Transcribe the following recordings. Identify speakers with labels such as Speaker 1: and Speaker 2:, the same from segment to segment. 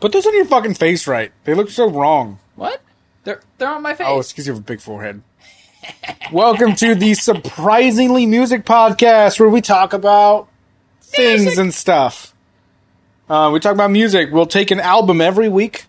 Speaker 1: Put this on your fucking face right. They look so wrong.
Speaker 2: What? They're they're on my face.
Speaker 1: Oh, excuse you have a big forehead. Welcome to the Surprisingly Music Podcast, where we talk about things
Speaker 2: Music.
Speaker 1: and stuff. Uh, we talk about music. We'll take an album every week.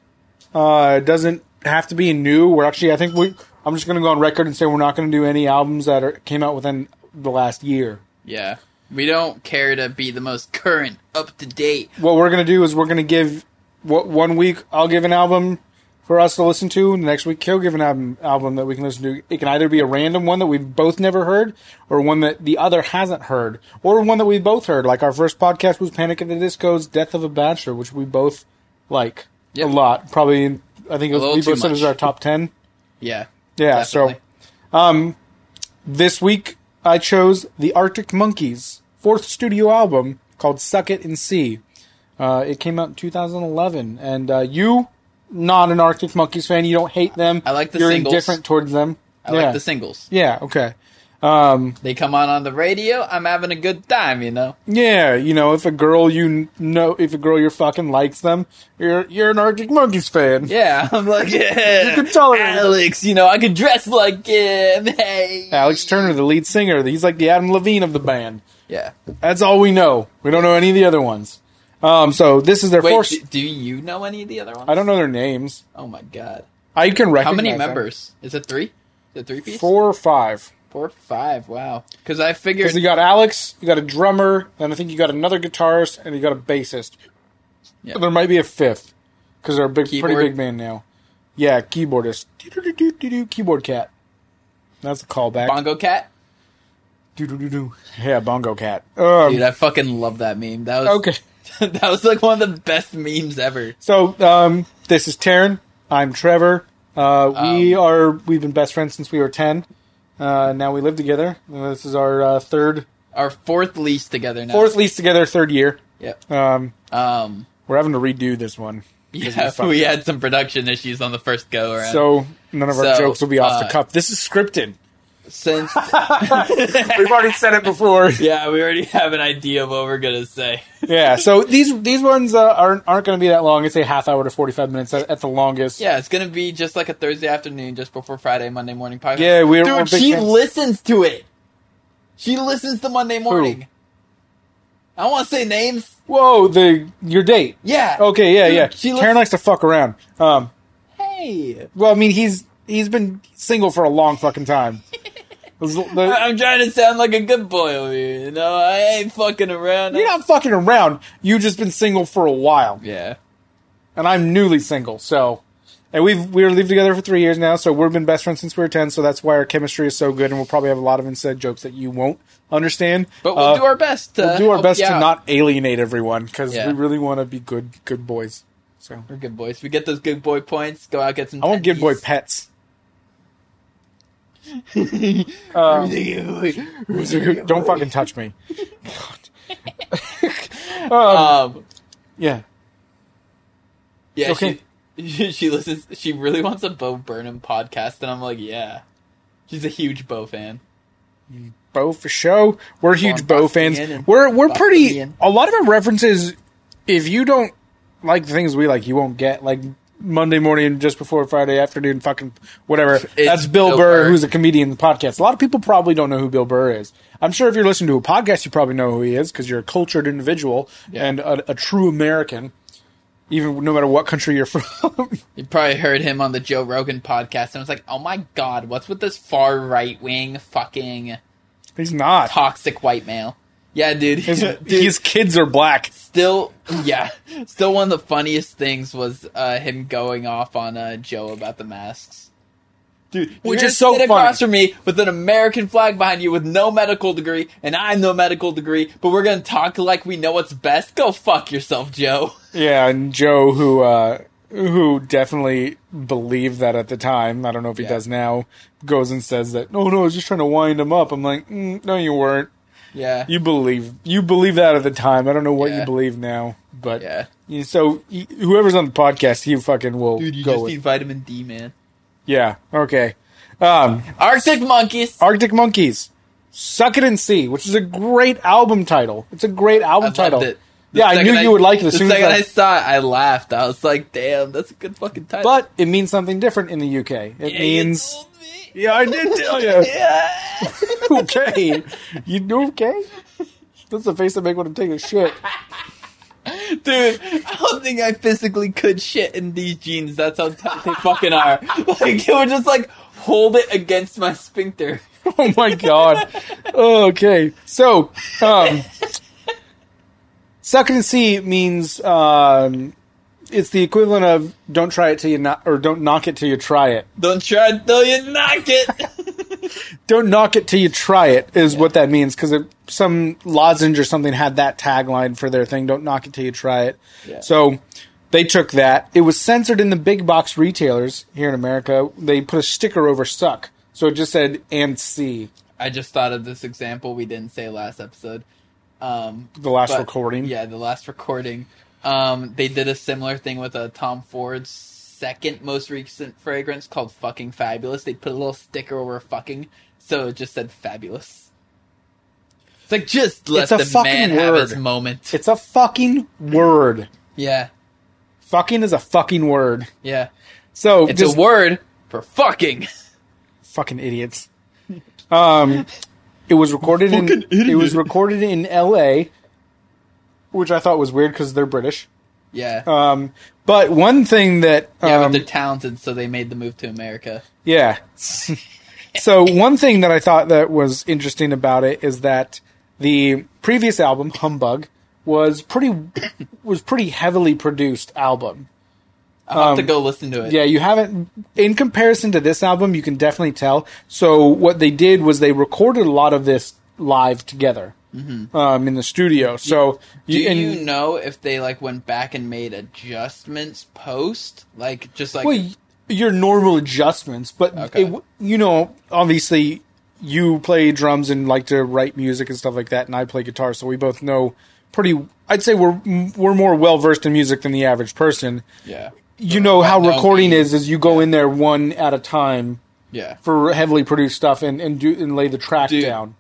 Speaker 1: Uh, it doesn't have to be new. We're actually, I think we. I'm just going to go on record and say we're not going to do any albums that are, came out within the last year.
Speaker 2: yeah. We don't care to be the most current, up to date.
Speaker 1: What we're going to do is we're going to give what one week I'll give an album for us to listen to, and the next week he'll give an album, album that we can listen to. It can either be a random one that we've both never heard, or one that the other hasn't heard, or one that we've both heard. Like our first podcast was Panic at the Disco's "Death of a Bachelor," which we both like
Speaker 2: Yep.
Speaker 1: a lot. Probably, I think it was,
Speaker 2: little
Speaker 1: we
Speaker 2: too
Speaker 1: both said it was
Speaker 2: much.
Speaker 1: our top ten.
Speaker 2: Yeah.
Speaker 1: Yeah. So,
Speaker 2: Definitely.
Speaker 1: um, this week I chose the Arctic Monkeys' fourth studio album called "Suck It and See." Uh, it came out in 2011, and uh, you, not an Arctic Monkeys fan, you don't hate them.
Speaker 2: I like the
Speaker 1: You're
Speaker 2: singles.
Speaker 1: indifferent towards them.
Speaker 2: I
Speaker 1: yeah.
Speaker 2: like the singles.
Speaker 1: Yeah. Okay.
Speaker 2: They come on on the radio. I'm having a good time, you know.
Speaker 1: Yeah, you know, if a girl you kn- know, if a girl you're fucking likes them, you're you're an Arctic Monkeys fan.
Speaker 2: Yeah, I'm like, yeah,
Speaker 1: can tolerate it.
Speaker 2: Alex. You know, I could dress like him. Hey,
Speaker 1: Alex Turner, the lead singer, he's like the Adam Levine of the band.
Speaker 2: yeah.
Speaker 1: That's all we know. We don't know any of the other ones. Um, so this is their
Speaker 2: Wait,
Speaker 1: fourth.
Speaker 2: d- do you know any of the other ones?
Speaker 1: I don't know their names.
Speaker 2: Oh my god,
Speaker 1: I can recognize
Speaker 2: how many
Speaker 1: them.
Speaker 2: members? Is it three? Is it three piece?
Speaker 1: Four or five.
Speaker 2: Four, five. Wow. Because I figured
Speaker 1: Because you got Alex, you got a drummer, and I think you got another guitarist, and you got a bassist.
Speaker 2: Yeah.
Speaker 1: There might be a fifth because they're a big, pretty
Speaker 2: Keyboard?
Speaker 1: big band now. Yeah, keyboardist, Do-do-do-do-do-do, keyboard cat. That's a callback.
Speaker 2: Bongo Cat.
Speaker 1: Do-do-do-do. Yeah, bongo cat. Um,
Speaker 2: Dude, I fucking love that meme. That was
Speaker 1: okay,
Speaker 2: that was like one of the best memes ever.
Speaker 1: so um, this is Taryn. I'm Trevor. Uh,
Speaker 2: Um,
Speaker 1: we are we've been best friends since we were ten. Uh, now we live together. Uh, This is our uh, third,
Speaker 2: Our fourth lease together now.
Speaker 1: fourth lease together, third year.
Speaker 2: Yep.
Speaker 1: Um,
Speaker 2: Um.
Speaker 1: we're having to redo this one.
Speaker 2: Yeah,
Speaker 1: fucked
Speaker 2: we had some production issues on the first go around.
Speaker 1: So none of our
Speaker 2: So,
Speaker 1: jokes will be off
Speaker 2: uh,
Speaker 1: the cuff. This is scripted.
Speaker 2: since
Speaker 1: We've already said it before.
Speaker 2: yeah, we already have an idea of what we're gonna say.
Speaker 1: yeah. So these these ones uh, aren't aren't going to be that long. It's a half hour to forty five minutes at, at the longest.
Speaker 2: Yeah, it's gonna be just like a Thursday afternoon, just before Friday, Monday morning podcast.
Speaker 1: Yeah, we're- we're
Speaker 2: dude.
Speaker 1: big
Speaker 2: She
Speaker 1: fans.
Speaker 2: listens to it. She listens to Monday morning. I don't want to say names.
Speaker 1: Whoa, the your date.
Speaker 2: Yeah.
Speaker 1: Okay. Yeah.
Speaker 2: Dude,
Speaker 1: yeah.
Speaker 2: She
Speaker 1: Taryn
Speaker 2: listens.
Speaker 1: likes to fuck around. Um.
Speaker 2: hey,
Speaker 1: Well, I mean, he's he's been single for a long fucking time. Those- the-
Speaker 2: I'm trying to sound like a good boy over here. You know, I ain't fucking around.
Speaker 1: you're not fucking around. You've just been single for a while,
Speaker 2: Yeah.
Speaker 1: and I'm newly single. So, and we've we lived together for three years now. So we've been best friends since we were ten. So that's why our chemistry is so good, and we'll probably have a lot of inside jokes that you won't understand.
Speaker 2: But we'll
Speaker 1: Uh,
Speaker 2: do our best. To
Speaker 1: we'll do our
Speaker 2: help
Speaker 1: best
Speaker 2: you
Speaker 1: to
Speaker 2: out.
Speaker 1: not alienate everyone because
Speaker 2: Yeah.
Speaker 1: we really want to be good good boys. So
Speaker 2: We're good boys. We get those good boy points. Go out get some.
Speaker 1: I want good boy
Speaker 2: tendies.
Speaker 1: pets. Um, don't fucking touch me. God. um,
Speaker 2: Um.
Speaker 1: yeah.
Speaker 2: Yeah.
Speaker 1: Okay.
Speaker 2: She, she listens. She really wants a Bo Burnham podcast, and I'm like, yeah. She's a huge Bo fan.
Speaker 1: Bo for show. We're huge
Speaker 2: on,
Speaker 1: Bo
Speaker 2: Bostonian
Speaker 1: fans.
Speaker 2: and
Speaker 1: We're we're pretty.
Speaker 2: Bostonian.
Speaker 1: A lot of our references. If you don't like the things we like, you won't get like Monday morning, just before Friday afternoon, fucking whatever. That's Bill,
Speaker 2: Bill
Speaker 1: Burr,
Speaker 2: Burr.
Speaker 1: who's a comedian in the podcast. A lot of people probably don't know who Bill Burr is. I'm sure if you're listening to a podcast, you probably know who he is because you're a cultured individual
Speaker 2: Yeah.
Speaker 1: and a, a true American, even no matter what country you're from.
Speaker 2: You probably heard him on the Joe Rogan podcast, and I was like, oh my god, what's with this far right wing fucking
Speaker 1: He's not.
Speaker 2: toxic white male? Yeah, dude.
Speaker 1: His,
Speaker 2: dude
Speaker 1: his kids are black.
Speaker 2: still, yeah, still one of the funniest things was uh, him going off on uh, Joe about the masks.
Speaker 1: Dude,
Speaker 2: You're
Speaker 1: which
Speaker 2: gonna
Speaker 1: is so
Speaker 2: sit
Speaker 1: funny.
Speaker 2: across from me with an American flag behind you with no medical degree, and I'm no medical degree, but we're gonna talk like we know what's best. Go fuck yourself, Joe.
Speaker 1: Yeah, and Joe, who uh, who definitely believed that at the time. I don't know if he
Speaker 2: Yeah.
Speaker 1: does now. Goes and says that. No, no, I was just trying to wind him up. I'm like, mm, no, you weren't.
Speaker 2: Yeah,
Speaker 1: You believe you believe that at the time. I don't know what
Speaker 2: Yeah.
Speaker 1: you believe now, but
Speaker 2: yeah,
Speaker 1: You- so y- whoever's on the podcast, he fucking will
Speaker 2: dude, you
Speaker 1: go
Speaker 2: just
Speaker 1: with.
Speaker 2: need vitamin D, man.
Speaker 1: yeah, okay. Um,
Speaker 2: Arctic monkeys.
Speaker 1: Arctic Monkeys, "Suck It and See," which is a great album title. It's a great album
Speaker 2: I
Speaker 1: title.
Speaker 2: loved it.
Speaker 1: Yeah, I knew
Speaker 2: second
Speaker 1: you would like it as
Speaker 2: The
Speaker 1: soon as
Speaker 2: second
Speaker 1: I-
Speaker 2: I saw it, I laughed. I was like, "Damn, that's a good fucking title."
Speaker 1: But it means something different in the UK. It
Speaker 2: Yeah, you
Speaker 1: means.
Speaker 2: told me.
Speaker 1: Yeah, I did tell you.
Speaker 2: Oh, Yeah.
Speaker 1: okay. You do okay? That's the face that make want to take a shit.
Speaker 2: Dude, I don't think I physically could shit in these jeans. That's how tight they fucking are. Like, it would just, like, hold it against my sphincter.
Speaker 1: Oh my god. Okay. So, um, suck it and see means um, it's the equivalent of don't try it till you knock, or don't knock it till you try it.
Speaker 2: Don't try it till you knock it.
Speaker 1: Don't knock it till you try it is what that means because some lozenge or something had that tagline for their thing. Don't knock it till you try it.
Speaker 2: Yeah.
Speaker 1: So they took that. It was censored in the big box retailers here in America. They put a sticker over suck, so it just said and see
Speaker 2: I just thought of this example we didn't say last episode. Um,
Speaker 1: the last
Speaker 2: but-
Speaker 1: recording.
Speaker 2: Yeah, the last recording. Um, they did a similar thing with a Tom Ford's second most recent fragrance called "Fucking Fabulous." They put a little sticker over "fucking," so it just said "fabulous." It's like just let
Speaker 1: It's a
Speaker 2: the
Speaker 1: fucking
Speaker 2: man have his
Speaker 1: word.
Speaker 2: moment.
Speaker 1: It's a fucking word.
Speaker 2: yeah,
Speaker 1: Fucking is a fucking word.
Speaker 2: yeah.
Speaker 1: So
Speaker 2: It's
Speaker 1: just
Speaker 2: a word for fucking.
Speaker 1: fucking idiots. Um, it was recorded in
Speaker 2: Fucking idiot.
Speaker 1: it was recorded in L.A., which I thought was weird because they're British.
Speaker 2: Yeah,
Speaker 1: Um, but one thing that
Speaker 2: yeah. but
Speaker 1: um,
Speaker 2: they're talented, so they made the move to America.
Speaker 1: yeah. so one thing that I thought that was interesting about it is that the previous album Humbug was pretty was pretty heavily produced album.
Speaker 2: I'll have to go listen to it.
Speaker 1: um, Yeah, you haven't. In comparison to this album, you can definitely tell. So what they did was they recorded a lot of this live together um, in the studio. So
Speaker 2: Mm-hmm. Do
Speaker 1: and-
Speaker 2: you know if they like went back and made adjustments post, like just like
Speaker 1: well, y- your normal adjustments, but
Speaker 2: Okay.
Speaker 1: it w you know, obviously, you play drums and like to write music and stuff like that, and I play guitar, so we both know pretty. I'd say we're we're more well versed in music than the average person.
Speaker 2: yeah,
Speaker 1: You know how
Speaker 2: no
Speaker 1: recording
Speaker 2: means.
Speaker 1: is: is you go in there one at a time
Speaker 2: yeah.
Speaker 1: for heavily produced stuff and and do and lay the track
Speaker 2: Dude.
Speaker 1: down.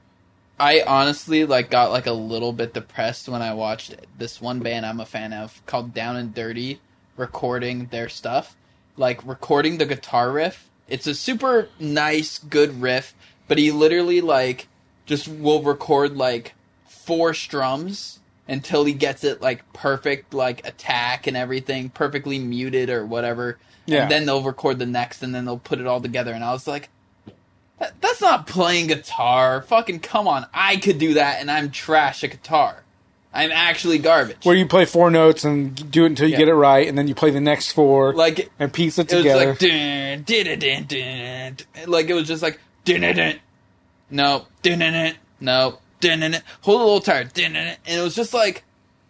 Speaker 2: I honestly like got like a little bit depressed when I watched this one band I'm a fan of called Down and Dirty recording their stuff. Like recording the guitar riff. It's a super nice, good riff, but he literally like just will record like four strums until he gets it like perfect like attack and everything perfectly muted or whatever.
Speaker 1: Yeah.
Speaker 2: And then they'll record the next and then they'll put it all together and I was like that- That's not playing guitar. Fucking come on. I could do that and I'm trash at guitar. I'm actually garbage.
Speaker 1: Where you play four notes and do it until you
Speaker 2: Yeah.
Speaker 1: get it right, and then you play the next four
Speaker 2: like
Speaker 1: and piece it
Speaker 2: it was
Speaker 1: together.
Speaker 2: like dun, dun, dun, dun, dun. like it was just like dun, dun, dun. no dun, dun, dun. no dun, dun, dun. hold a little tired dun, dun, dun. and it was just like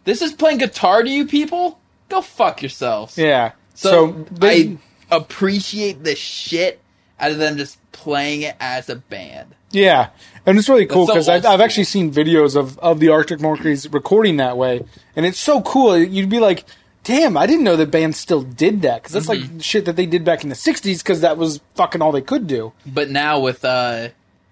Speaker 2: this is playing guitar to you people go fuck yourselves
Speaker 1: yeah.
Speaker 2: so,
Speaker 1: they-
Speaker 2: I appreciate the shit out of them just playing it as a band
Speaker 1: Yeah, and it's really cool
Speaker 2: so
Speaker 1: because
Speaker 2: old
Speaker 1: I've, I've
Speaker 2: school.
Speaker 1: actually seen videos of, of the Arctic Monkeys recording that way, and it's so cool. You'd be like, "Damn, I didn't know the band still did that." Because that's
Speaker 2: Mm-hmm.
Speaker 1: like shit that they did back in the '60s, because that was fucking all they could do.
Speaker 2: But now with uh,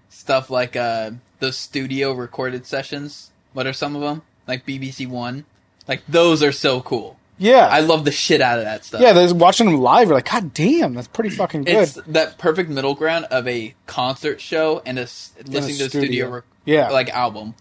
Speaker 2: stuff like uh, those studio recorded sessions, what are some of them? Like BBC One, like those are so cool.
Speaker 1: Yeah,
Speaker 2: I love the shit out of that stuff.
Speaker 1: yeah. Those watching them live, you're like, "God damn, that's pretty fucking good."
Speaker 2: it's that perfect middle ground of a concert show and a s- listening to a
Speaker 1: studio.
Speaker 2: studio, rec-
Speaker 1: Yeah.
Speaker 2: like album.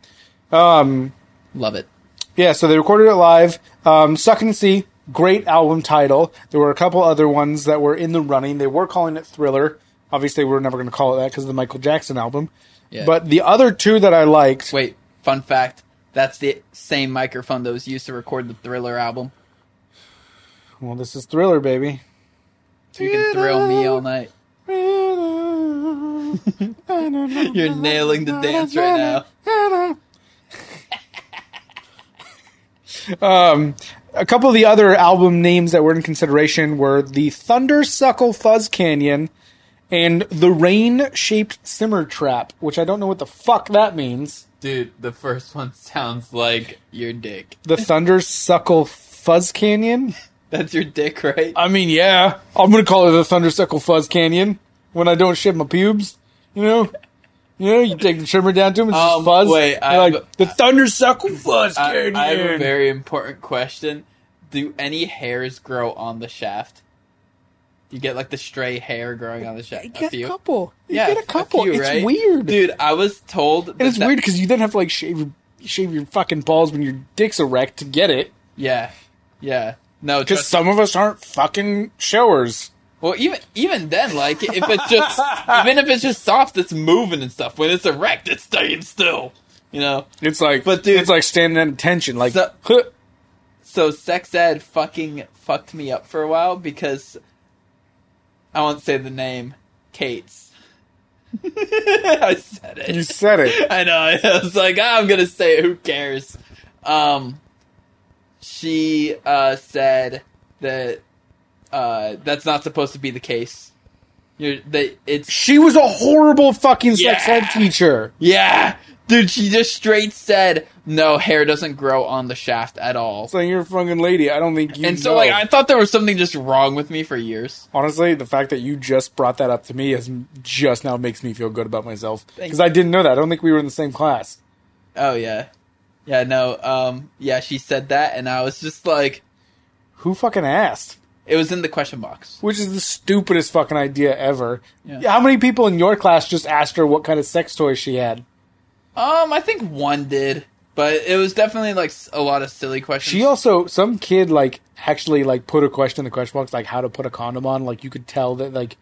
Speaker 1: Um,
Speaker 2: Love it.
Speaker 1: yeah. So they recorded it live. Um, Suck and See, great album title. There were a couple other ones that were in the running. They were calling it Thriller. Obviously, we're never going to call it that because of the Michael Jackson album.
Speaker 2: Yeah.
Speaker 1: But the other two that I liked.
Speaker 2: Wait, fun fact. That's the same microphone that was used to record the Thriller album.
Speaker 1: Well, this is Thriller, baby.
Speaker 2: You can thrill me all night. You're
Speaker 1: You're
Speaker 2: nailing the dance right now.
Speaker 1: now. um, a couple of the other album names that were in consideration were the Thundersuckle Fuzz Canyon and the Rain Shaped Simmer Trap, which I don't know what the fuck that means.
Speaker 2: Dude, the first one sounds like your dick.
Speaker 1: The Thundersuckle Fuzz Canyon?
Speaker 2: That's your dick, right?
Speaker 1: I mean, yeah, I'm gonna call it the Thundersuckle Fuzz Canyon when I don't shit my pubes. You know, You know, you take the trimmer down to him, it's
Speaker 2: Um,
Speaker 1: just fuzz.
Speaker 2: wait,
Speaker 1: You're
Speaker 2: I-
Speaker 1: like the thundersuckle fuzz,
Speaker 2: I,
Speaker 1: Canyon.
Speaker 2: I have a very important question. Do any hairs grow on the shaft? You get like the stray hair growing on the shaft.
Speaker 1: You
Speaker 2: a
Speaker 1: get a
Speaker 2: few.
Speaker 1: couple. You
Speaker 2: yeah,
Speaker 1: get a couple.
Speaker 2: few,
Speaker 1: it's
Speaker 2: right?
Speaker 1: weird,
Speaker 2: dude. I was told that
Speaker 1: And it's
Speaker 2: that-
Speaker 1: weird because you then have to like shave your shave your fucking balls when your dick's erect to get it.
Speaker 2: Yeah, yeah. No,
Speaker 1: Because
Speaker 2: just
Speaker 1: some of us aren't fucking showers.
Speaker 2: well, even even then, like if it's just even if it's just soft, it's moving and stuff. When it's erect, it's staying still. You know.
Speaker 1: It's like,
Speaker 2: But, dude-
Speaker 1: it's like standing at attention. Like,
Speaker 2: So-
Speaker 1: huh.
Speaker 2: so sex ed fucking fucked me up for a while because I won't say the name Kate's. I said it.
Speaker 1: you said it.
Speaker 2: I know. I was like, "Ah, I'm gonna say it. Who cares? Um, she uh, said that uh, that's not supposed to be the case. You're that it's
Speaker 1: She was a horrible fucking sex
Speaker 2: Yeah.
Speaker 1: ed teacher.
Speaker 2: yeah, dude. She just straight said no. Hair doesn't grow on the shaft at all.
Speaker 1: So you're a fucking lady. I don't think you.
Speaker 2: and so
Speaker 1: know.
Speaker 2: like I thought there was something just wrong with me for years.
Speaker 1: honestly, the fact that you just brought that up to me is just now makes me feel good about myself because I didn't know that. I don't think we were in the same class.
Speaker 2: Oh yeah. Yeah, no. Um yeah, she said that and I was just like
Speaker 1: Who fucking asked?
Speaker 2: it was in the question box.
Speaker 1: Which is the stupidest fucking idea ever.
Speaker 2: Yeah.
Speaker 1: How many people in your class just asked her what kind of sex toy she had?
Speaker 2: Um I think one did, but it was definitely like s- a lot of silly questions.
Speaker 1: She also some kid like actually like put a question in the question box like how to put a condom on. Like you could tell that like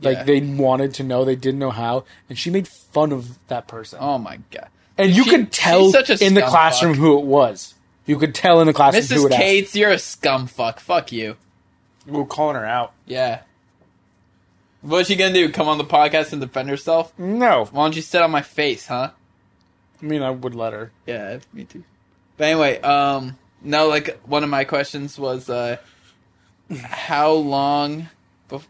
Speaker 1: like
Speaker 2: Yeah.
Speaker 1: they wanted to know they didn't know how, and she made fun of that person.
Speaker 2: Oh my god.
Speaker 1: and you
Speaker 2: she-
Speaker 1: could tell
Speaker 2: she's such a
Speaker 1: in the
Speaker 2: scum
Speaker 1: classroom
Speaker 2: fuck.
Speaker 1: who it was. You could tell in the classroom who
Speaker 2: Mrs.
Speaker 1: it asked.
Speaker 2: Cates, you're a scum fuck. Fuck you.
Speaker 1: We were calling her out.
Speaker 2: Yeah. What's she gonna do? Come on the podcast and defend herself?
Speaker 1: No,
Speaker 2: Why don't you sit on my face, huh?
Speaker 1: I mean I would let her.
Speaker 2: Yeah, me too. But anyway, um, no, like one of my questions was, uh, how long, bef-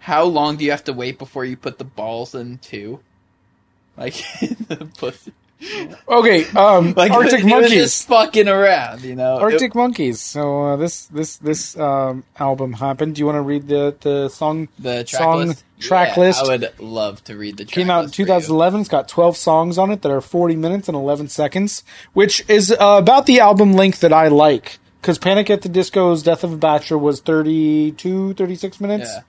Speaker 2: how long do you have to wait before you put the balls in too? Like in the pussy.
Speaker 1: Okay, um,
Speaker 2: Like
Speaker 1: Arctic
Speaker 2: he was
Speaker 1: Monkeys.
Speaker 2: just fucking around, you know. It-
Speaker 1: Arctic Monkeys. So uh, this this this um, album happened. Do you want to read the the song?
Speaker 2: the track
Speaker 1: song
Speaker 2: list.
Speaker 1: track
Speaker 2: Yeah,
Speaker 1: list.
Speaker 2: I would love to read the track
Speaker 1: Came out in
Speaker 2: list for you.
Speaker 1: 2011. It's got 12 songs on it that are 40 minutes and 11 seconds, which is uh, about the album length that I like. Because Panic at the Disco's Death of a Bachelor was 32, 36 minutes.
Speaker 2: Yeah,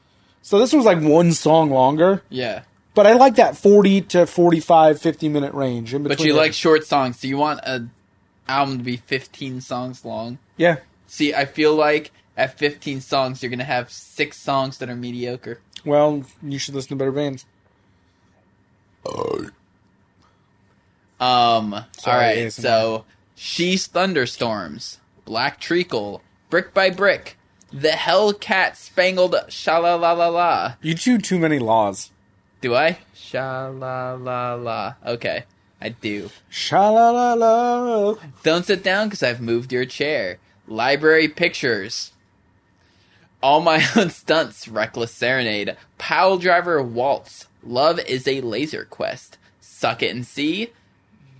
Speaker 1: So this was like one song longer.
Speaker 2: yeah.
Speaker 1: But I like that 40 to 45, 50 minute range. In between
Speaker 2: But you
Speaker 1: there.
Speaker 2: like short songs, so you want a album to be 15 songs long.
Speaker 1: Yeah.
Speaker 2: See, I feel like at 15 songs, you're gonna have six songs that are mediocre.
Speaker 1: Well, you should listen to better bands.
Speaker 2: Um, all
Speaker 1: Sorry,
Speaker 2: right.
Speaker 1: ASMR.
Speaker 2: So, she's thunderstorms, black treacle, brick by brick, the Hellcat spangled shala la la la.
Speaker 1: You chew too many laws.
Speaker 2: Do I? Shala la la. Okay, I do.
Speaker 1: Sha la la la.
Speaker 2: Don't sit down because I've moved your chair. Library pictures. All my own stunts, reckless serenade, pile driver waltz. Love is a laser quest. Suck it and see.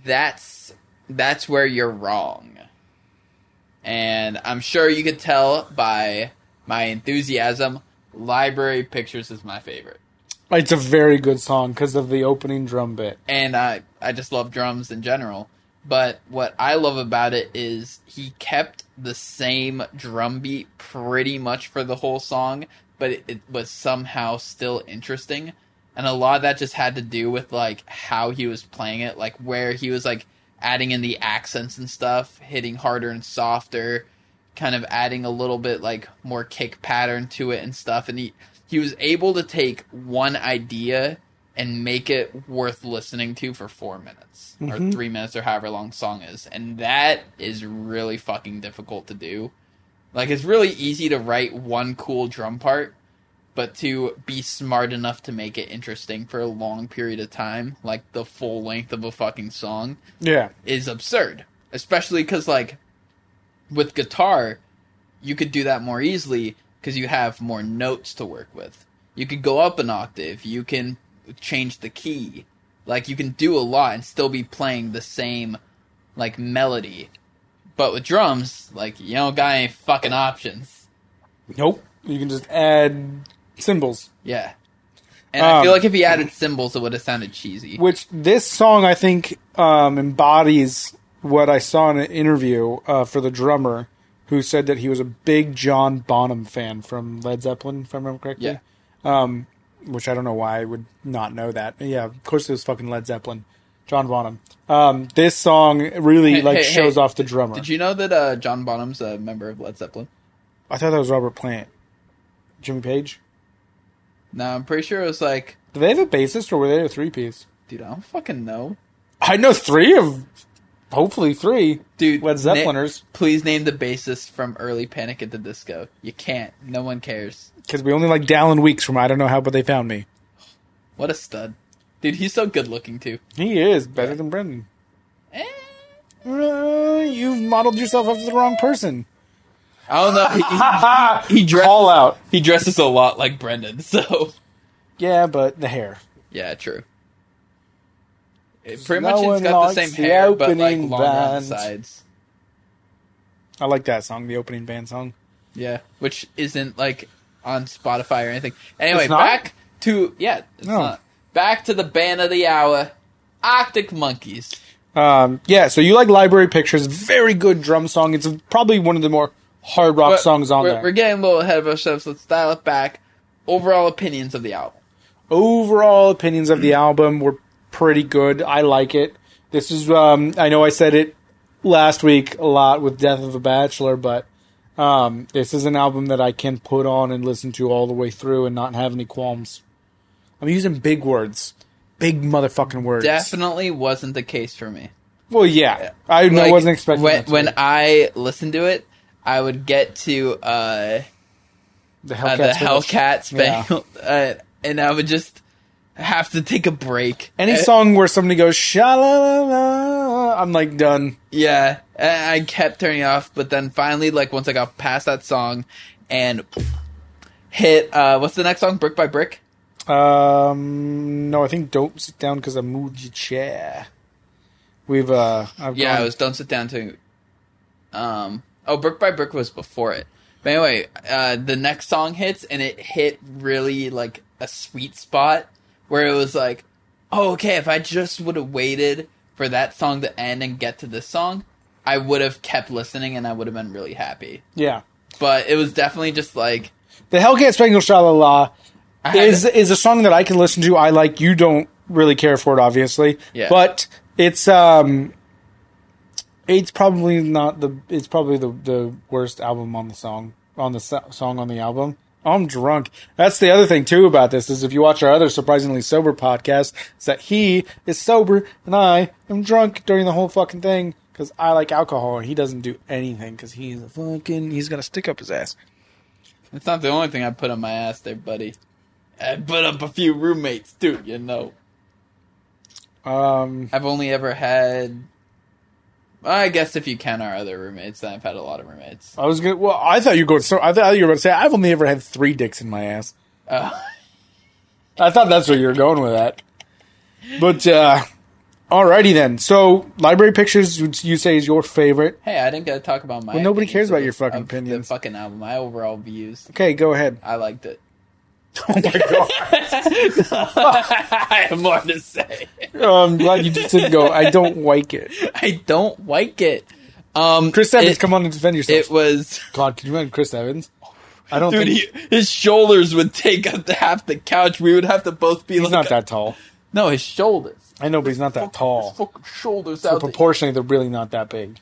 Speaker 2: That's that's where you're wrong. And I'm sure you could tell by my enthusiasm. Library pictures is my favorite,
Speaker 1: It's a very good song because of the opening drum bit.
Speaker 2: and I I just love drums in general. But what I love about it is he kept the same drum beat pretty much for the whole song, but it, it was somehow still interesting. And a lot of that just had to do with like how he was playing it, like where he was like adding in the accents and stuff, hitting harder and softer, kind of adding a little bit like more kick pattern to it and stuff. And he he was able to take one idea and make it worth listening to for four minutes or
Speaker 1: Mhm.
Speaker 2: three minutes or however long the song is. And that is really fucking difficult to do. Like it's really easy to write one cool drum part, but to be smart enough to make it interesting for a long period of time, like the full length of a fucking song,
Speaker 1: Yeah.
Speaker 2: is absurd. Especially because, like, with guitar, you could do that more easily because you have more notes to work with. You could go up an octave, you can change the key. Like, you can do a lot and still be playing the same, like, melody. But with drums, like, you don't got any fucking options.
Speaker 1: Nope. You can just add symbols.
Speaker 2: Yeah. And I
Speaker 1: Um,
Speaker 2: feel like if he added cymbals, it would have sounded cheesy.
Speaker 1: which this song I think um, embodies what I saw in an interview uh, for the drummer who said that he was a big John Bonham fan from Led Zeppelin, if I remember correctly.
Speaker 2: Yeah.
Speaker 1: Which I don't know why I would not know that. Yeah, of course it was fucking Led Zeppelin, John Bonham. Um, this song really
Speaker 2: Hey,
Speaker 1: like
Speaker 2: hey, hey,
Speaker 1: shows off the drummer.
Speaker 2: Did you know that uh, John Bonham's a member of Led Zeppelin?
Speaker 1: I thought that was Robert Plant, Jimmy Page.
Speaker 2: No, I'm pretty sure it was like,
Speaker 1: Do they have a bassist or were they a three piece?
Speaker 2: dude, I don't fucking know.
Speaker 1: I know three of, hopefully three.
Speaker 2: Dude,
Speaker 1: Led
Speaker 2: na-
Speaker 1: Zeppeliners.
Speaker 2: please name the bassist from early Panic at the Disco. You can't. No one cares.
Speaker 1: Because we only like Dallin Weeks from I don't know how, but they found me.
Speaker 2: What a stud, dude. He's so good looking too.
Speaker 1: He is better than Brendan.
Speaker 2: Eh,
Speaker 1: Uh, you've modeled yourself after the wrong person.
Speaker 2: I don't know.
Speaker 1: Ha!
Speaker 2: He, he dresses.
Speaker 1: Call out.
Speaker 2: He dresses a lot like Brendan. So
Speaker 1: Yeah, but the hair.
Speaker 2: yeah, true. It, pretty
Speaker 1: No
Speaker 2: much,
Speaker 1: one
Speaker 2: it's got the
Speaker 1: likes
Speaker 2: same
Speaker 1: the
Speaker 2: hair, but like
Speaker 1: opening
Speaker 2: longer on
Speaker 1: band.
Speaker 2: the sides.
Speaker 1: I like that song, the opening band song.
Speaker 2: Yeah, which isn't like on Spotify or anything. Anyway,
Speaker 1: It's not?
Speaker 2: back to yeah, it's
Speaker 1: No.
Speaker 2: not. Back to the band of the hour, Arctic Monkeys.
Speaker 1: Um, yeah, so you like Library Pictures. Very good drum song. It's probably one of the more hard rock
Speaker 2: But
Speaker 1: songs on
Speaker 2: we're,
Speaker 1: there.
Speaker 2: We're getting a little ahead of ourselves. Let's dial it back. Overall opinions of the album.
Speaker 1: overall opinions of the
Speaker 2: Mm.
Speaker 1: album were pretty good. I like it. This is um, I know I said it last week a lot with Death of a Bachelor, but um, this is an album that I can put on and listen to all the way through and not have any qualms. I'm using big words. Big motherfucking words.
Speaker 2: Definitely wasn't the case for me.
Speaker 1: Well, yeah. I
Speaker 2: Like,
Speaker 1: wasn't expecting
Speaker 2: when,
Speaker 1: that to
Speaker 2: when
Speaker 1: be.
Speaker 2: I listened to it. I would get to uh,
Speaker 1: the Hellcat.
Speaker 2: uh, the
Speaker 1: finish.
Speaker 2: Hellcat
Speaker 1: Yeah.
Speaker 2: Spangled, uh, and I would just have to take a break.
Speaker 1: Any
Speaker 2: Uh,
Speaker 1: song where somebody goes, sha la la, I'm like, done.
Speaker 2: Yeah, and I kept turning it off, but then finally, like once I got past that song, and hit uh, what's the next song? Brick by brick.
Speaker 1: Um, no, I think don't sit down because I moved your chair. We've uh, I've
Speaker 2: Yeah,
Speaker 1: gone-
Speaker 2: it was don't sit down to. Um. Oh, brick by brick was before it. But anyway, uh, the next song hits, and it hit really like a sweet spot where it was like, oh, okay, if I just would have waited for that song to end and get to this song, I would have kept listening, and I would have been really happy.
Speaker 1: yeah.
Speaker 2: But it was definitely just like.
Speaker 1: The Hellcat Spangled Shalala
Speaker 2: I had-
Speaker 1: is is a song that I can listen to. I like. You don't really care for it, obviously.
Speaker 2: Yeah.
Speaker 1: But it's um, it's probably not the. It's probably the the worst album on the song on the so- song on the album. I'm drunk. That's the other thing too about this is if you watch our other surprisingly sober podcast, is that he is sober and I am drunk during the whole fucking thing because I like alcohol and he doesn't do anything because he's a fucking he's got a stick up his ass.
Speaker 2: It's not the only thing I put on my ass there, buddy. I put up a few roommates too, you know.
Speaker 1: Um.
Speaker 2: I've only ever had. Well, I guess if you count our other roommates, then I've had a lot of roommates.
Speaker 1: I was gonna. Well, I thought you were going. So I thought you were about to say I've only ever had three dicks in my ass.
Speaker 2: Uh,
Speaker 1: I thought that's where you were going with that. But uh alrighty then. So library pictures, which you say is your favorite.
Speaker 2: hey, I didn't get to talk about my.
Speaker 1: Well, nobody
Speaker 2: opinions
Speaker 1: cares about
Speaker 2: of-
Speaker 1: your fucking
Speaker 2: of the
Speaker 1: opinions.
Speaker 2: fucking album. My overall views.
Speaker 1: Okay, go ahead.
Speaker 2: I liked it.
Speaker 1: Oh my god!
Speaker 2: I have more to say.
Speaker 1: Oh, I'm glad you just didn't go. I don't like it.
Speaker 2: I don't like it. Um,
Speaker 1: Chris Evans,
Speaker 2: it,
Speaker 1: come on and defend yourself.
Speaker 2: It was.
Speaker 1: god, can you imagine Chris Evans? I don't
Speaker 2: Dude,
Speaker 1: think
Speaker 2: he, his shoulders would take up half the couch. We would have to both be
Speaker 1: he's
Speaker 2: like.
Speaker 1: not that tall.
Speaker 2: No, his shoulders.
Speaker 1: I know, but he's not that
Speaker 2: His
Speaker 1: tall.
Speaker 2: fucking shoulders
Speaker 1: So
Speaker 2: out. the-
Speaker 1: proportionally, they're really not that big.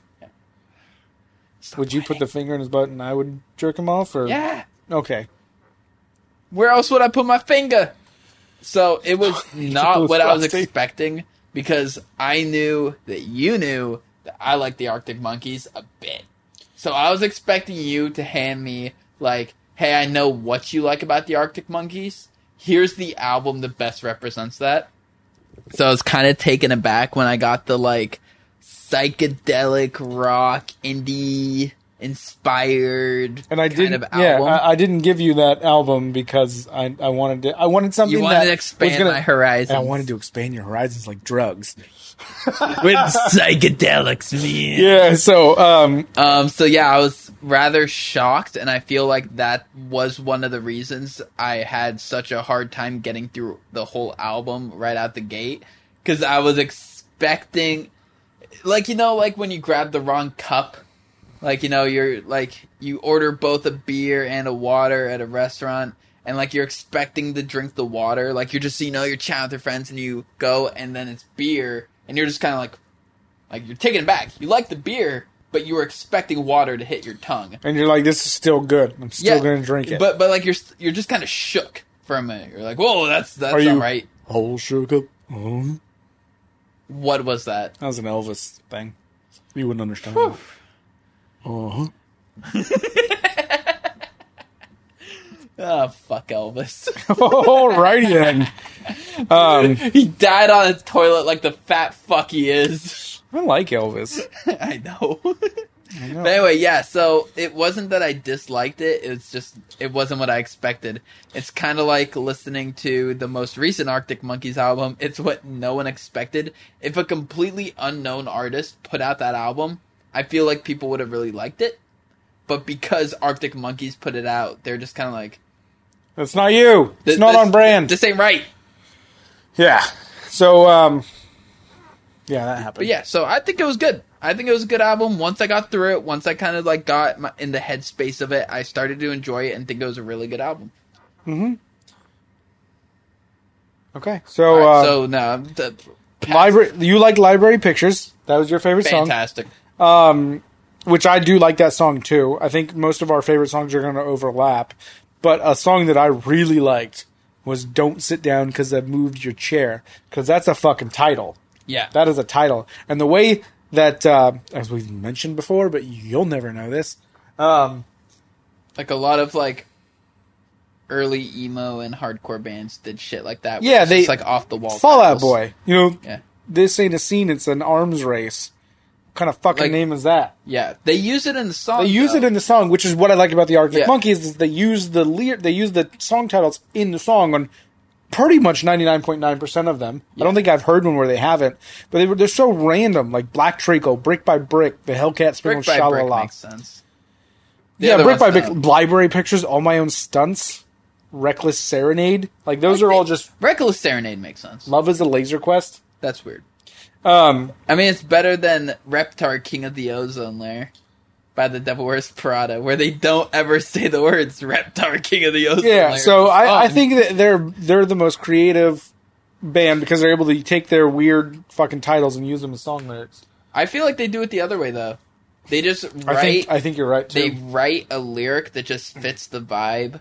Speaker 2: Stop
Speaker 1: Would you put the finger in his butt and I would jerk him off? Or
Speaker 2: Yeah.
Speaker 1: okay.
Speaker 2: Where else would I put my finger? So it was not
Speaker 1: those
Speaker 2: what I was
Speaker 1: prostate.
Speaker 2: expecting because I knew that you knew that I like the Arctic Monkeys a bit. So I was expecting you to hand me like, "Hey, I know what you like about the Arctic Monkeys. Here's the album that best represents that." So I was kind of taken aback when I got the like psychedelic rock indie inspired
Speaker 1: And I
Speaker 2: kind
Speaker 1: didn't.
Speaker 2: of
Speaker 1: Yeah,
Speaker 2: album.
Speaker 1: I, I didn't give you that album because I, I wanted to. I wanted something
Speaker 2: you wanted
Speaker 1: that
Speaker 2: to expand
Speaker 1: was gonna,
Speaker 2: my horizon.
Speaker 1: And I wanted to expand your horizons like drugs.
Speaker 2: with psychedelics, man.
Speaker 1: Yeah. So, um,
Speaker 2: Um, so yeah, I was rather shocked, and I feel like that was one of the reasons I had such a hard time getting through the whole album right out the gate because I was expecting, like you know, like when you grab the wrong cup, like you know, you're like you order both a beer and a water at a restaurant, and like you're expecting to drink the water, like you're just you know you're chatting with your friends and you go, and then it's beer, and you're just kind of like, like you're taken aback. You like the beer, but you were expecting water to hit your tongue.
Speaker 1: and you're like, this is still good. I'm still going to drink it.
Speaker 2: But but like you're s- you're just kind of shook for a minute. You're like, whoa, that's that's
Speaker 1: Are you-
Speaker 2: all right.
Speaker 1: whole sugar. Mhm.
Speaker 2: What was that?
Speaker 1: That was an Elvis thing. You wouldn't understand.
Speaker 2: Whew.
Speaker 1: Uh-huh.
Speaker 2: Oh fuck, Elvis.
Speaker 1: Alrighty then. Um,
Speaker 2: he died on a toilet like the fat fuck he is.
Speaker 1: I like Elvis.
Speaker 2: I know.
Speaker 1: know.
Speaker 2: But anyway, yeah. So it wasn't that I disliked it. It's just it wasn't what I expected. It's kind of like listening to the most recent Arctic Monkeys album. It's what no one expected. If a completely unknown artist put out that album, I feel like people would have really liked it. But because Arctic Monkeys put it out, they're just kind of like,
Speaker 1: That's not you. It's
Speaker 2: "Th-
Speaker 1: not
Speaker 2: this-
Speaker 1: on brand.
Speaker 2: This ain't right."
Speaker 1: yeah. So, um, yeah, that happened.
Speaker 2: But yeah, so I think it was good. I think it was a good album. Once I got through it, once I kind of like got my, in the headspace of it, I started to enjoy it and think it was a really good album.
Speaker 1: Okay. So,
Speaker 2: Alright,
Speaker 1: uh,
Speaker 2: so no, the,
Speaker 1: library. You like Library Pictures? That was your favorite song,
Speaker 2: fantastic.
Speaker 1: which I do like that song too. I think most of our favorite songs are going to overlap. But a song that I really liked was "Don't Sit Down" because I moved your chair because that's a fucking title.
Speaker 2: Yeah,
Speaker 1: That is a title. And the way that, uh, as we've mentioned before, but you'll never know this, um,
Speaker 2: like a lot of like early emo and hardcore bands did shit like that. where
Speaker 1: Yeah,
Speaker 2: it's
Speaker 1: they-
Speaker 2: just, like off the wall.
Speaker 1: Fallout
Speaker 2: titles.
Speaker 1: Boy. You know,
Speaker 2: Yeah,
Speaker 1: this ain't a scene, it's an arms race. What kind of fucking
Speaker 2: Like-
Speaker 1: name is that?
Speaker 2: yeah, they use it in the song.
Speaker 1: They use it
Speaker 2: though.
Speaker 1: in the song, which is what I like about the Arctic
Speaker 2: Yeah.
Speaker 1: Monkeys, is they use the le- they use the song titles in the song on pretty much 99.9% of them. I don't think I've heard one where they haven't, but they were, they're so random, like Black Trico, Brick by Brick, The Hellcat Spin
Speaker 2: brick
Speaker 1: with
Speaker 2: by brick
Speaker 1: Shalala.
Speaker 2: makes sense. The
Speaker 1: yeah,
Speaker 2: other
Speaker 1: brick by
Speaker 2: ones,
Speaker 1: brick.
Speaker 2: no.
Speaker 1: Library pictures, all my own stunts, reckless serenade. Like those are all just
Speaker 2: Reckless Serenade makes sense.
Speaker 1: love is a laser quest.
Speaker 2: That's weird.
Speaker 1: Um,
Speaker 2: I mean, it's better than Reptar King of the Ozone Lair by the Devil Wears Prada, where they don't ever say the words Reptar King of the Ozone Lair. Oh,
Speaker 1: yeah. So
Speaker 2: It's
Speaker 1: I, I
Speaker 2: fun.
Speaker 1: think that they're they're the most creative band because they're able to take their weird fucking titles and use them as song lyrics.
Speaker 2: I feel like they do it the other way though. They just
Speaker 1: I
Speaker 2: write
Speaker 1: think I think you're right
Speaker 2: they
Speaker 1: too.
Speaker 2: write a lyric that just fits the vibe,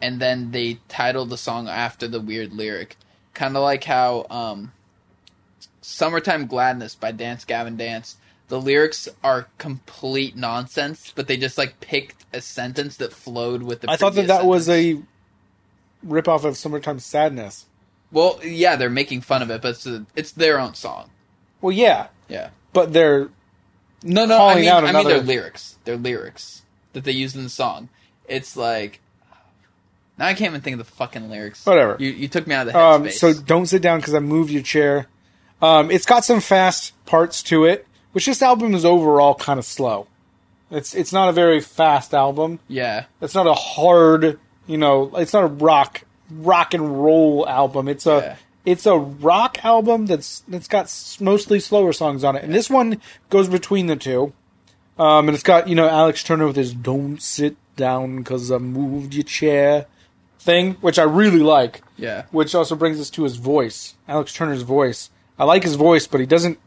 Speaker 2: and then they title the song after the weird lyric. Kind of like how um, "Summertime Gladness" by Dance Gavin Dance. The lyrics are complete nonsense, but they just like picked a sentence that flowed with the.
Speaker 1: I thought that
Speaker 2: previous
Speaker 1: that was
Speaker 2: sentence.
Speaker 1: a ripoff of "Summertime Sadness."
Speaker 2: Well, yeah, they're making fun of it, but it's, a, it's their own song.
Speaker 1: Well, yeah,
Speaker 2: Yeah.
Speaker 1: but they're
Speaker 2: No, no, I
Speaker 1: calling
Speaker 2: mean,
Speaker 1: out
Speaker 2: I mean their
Speaker 1: another-
Speaker 2: lyrics. Their lyrics that they used in the song. It's like now I can't even think of the fucking lyrics.
Speaker 1: Whatever.
Speaker 2: You you took me out of the
Speaker 1: Um,
Speaker 2: headspace.
Speaker 1: so don't sit down because I moved your chair. Um, it's got some fast parts to it, which this album is overall kind of slow. It's it's not a very fast album.
Speaker 2: yeah,
Speaker 1: It's not a hard, you know, it's not a rock rock and roll album. It's a
Speaker 2: Yeah.
Speaker 1: it's a rock album that's that's got s- mostly slower songs on it, and this one goes between the two. Um, and it's got you know Alex Turner with his "Don't sit down because I moved your chair" thing, which I really like
Speaker 2: yeah,
Speaker 1: which also brings us to his voice, Alex Turner's voice. I like his voice, but he doesn't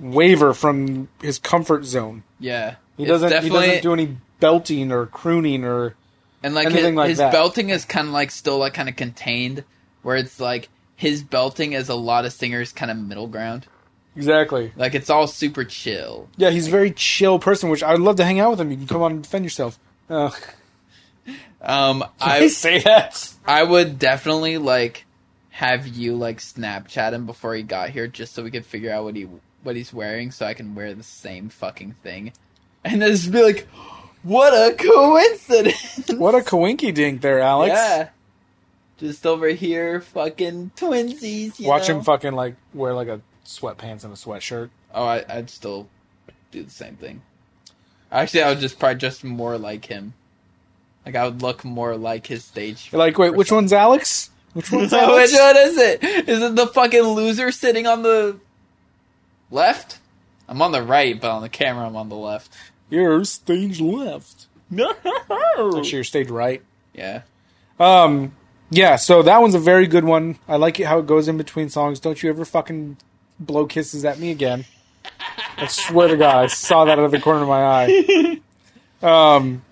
Speaker 1: waver from his comfort zone.
Speaker 2: yeah.
Speaker 1: He doesn't. He doesn't do any belting or crooning or.
Speaker 2: and like
Speaker 1: anything
Speaker 2: his,
Speaker 1: like
Speaker 2: his
Speaker 1: that.
Speaker 2: belting is kind of like still like kind of contained, where it's like his belting is a lot of singers kind of middle ground.
Speaker 1: Exactly.
Speaker 2: Like it's all super chill.
Speaker 1: Yeah, he's a very chill person, which I'd love to hang out with him. You can come on and defend yourself. Uh,
Speaker 2: Um,
Speaker 1: I
Speaker 2: I
Speaker 1: say that.
Speaker 2: I would definitely like have you like Snapchat him before he got here, just so we could figure out what he what he's wearing, so I can wear the same fucking thing. and then just be like, "What a coincidence!"
Speaker 1: What a coinky dink there, Alex.
Speaker 2: yeah, just over here, fucking twinsies. You
Speaker 1: Watch
Speaker 2: know?
Speaker 1: him fucking like wear like a sweatpants and a sweatshirt.
Speaker 2: Oh, I, I'd still do the same thing. Actually, I would just probably just more like him. Like I would look more like his stage.
Speaker 1: You're like, wait, which one's Alex? Which
Speaker 2: Which
Speaker 1: one's
Speaker 2: one
Speaker 1: Alex?
Speaker 2: is it? Is it the fucking loser sitting on the left? I'm on the right, but on the camera, I'm on the left.
Speaker 1: Your stage left. Actually, your stage right.
Speaker 2: Yeah.
Speaker 1: Um, yeah. So that one's a very good one. I like it how it goes in between songs. Don't you ever fucking blow kisses at me again? I swear to God, I saw that out of the corner of my eye. Um,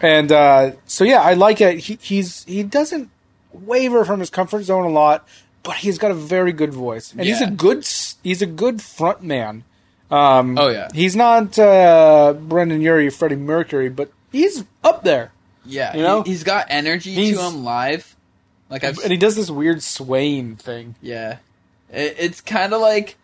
Speaker 1: and uh, so yeah, I like it. He, he's he doesn't waver from his comfort zone a lot, but he's got a very good voice, and he's a
Speaker 2: Yeah.
Speaker 1: good s- he's a good front man. Um,
Speaker 2: Oh, yeah.
Speaker 1: he's not uh, Brendan Urie, Freddie Mercury, but he's up there.
Speaker 2: Yeah.
Speaker 1: You know?
Speaker 2: he, has got energy
Speaker 1: He's-
Speaker 2: to him live. Like I've
Speaker 1: And he does this weird swaying thing.
Speaker 2: Yeah. It, it's kind of like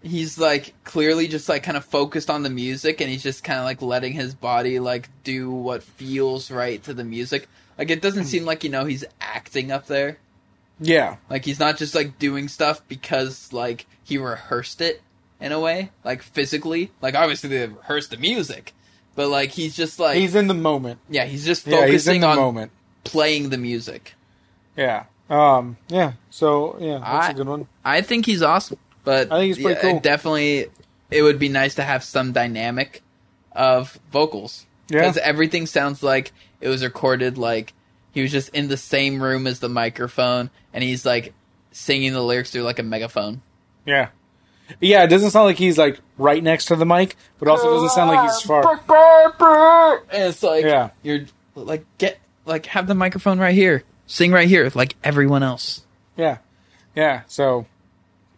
Speaker 2: he's like clearly just like kind of focused on the music and he's just kind of like letting his body like do what feels right to the music. Like it
Speaker 1: Hmm.
Speaker 2: doesn't seem like you know he's acting up there.
Speaker 1: Yeah.
Speaker 2: Like he's not just like doing stuff because like he rehearsed it in a way, like physically. Like obviously they rehearsed the music, but like he's just like
Speaker 1: he's in the moment.
Speaker 2: yeah, he's just
Speaker 1: Yeah,
Speaker 2: focusing
Speaker 1: he's in the
Speaker 2: on
Speaker 1: moment.
Speaker 2: playing the music.
Speaker 1: Yeah. Um. Yeah. So yeah, that's a
Speaker 2: I-
Speaker 1: good one.
Speaker 2: I think he's awesome, but
Speaker 1: I think he's pretty
Speaker 2: yeah,
Speaker 1: cool.
Speaker 2: Definitely, it would be nice to have some dynamic of vocals
Speaker 1: Yeah.
Speaker 2: everything sounds like it was recorded like he was just in the same room as the microphone and he's like singing the lyrics through like a megaphone.
Speaker 1: Yeah. Yeah. It doesn't sound like he's like right next to the mic, but also doesn't sound like he's far.
Speaker 2: And it's like
Speaker 1: Yeah.
Speaker 2: you're like get like have the microphone right here, sing right here, like everyone else.
Speaker 1: Yeah. Yeah. So,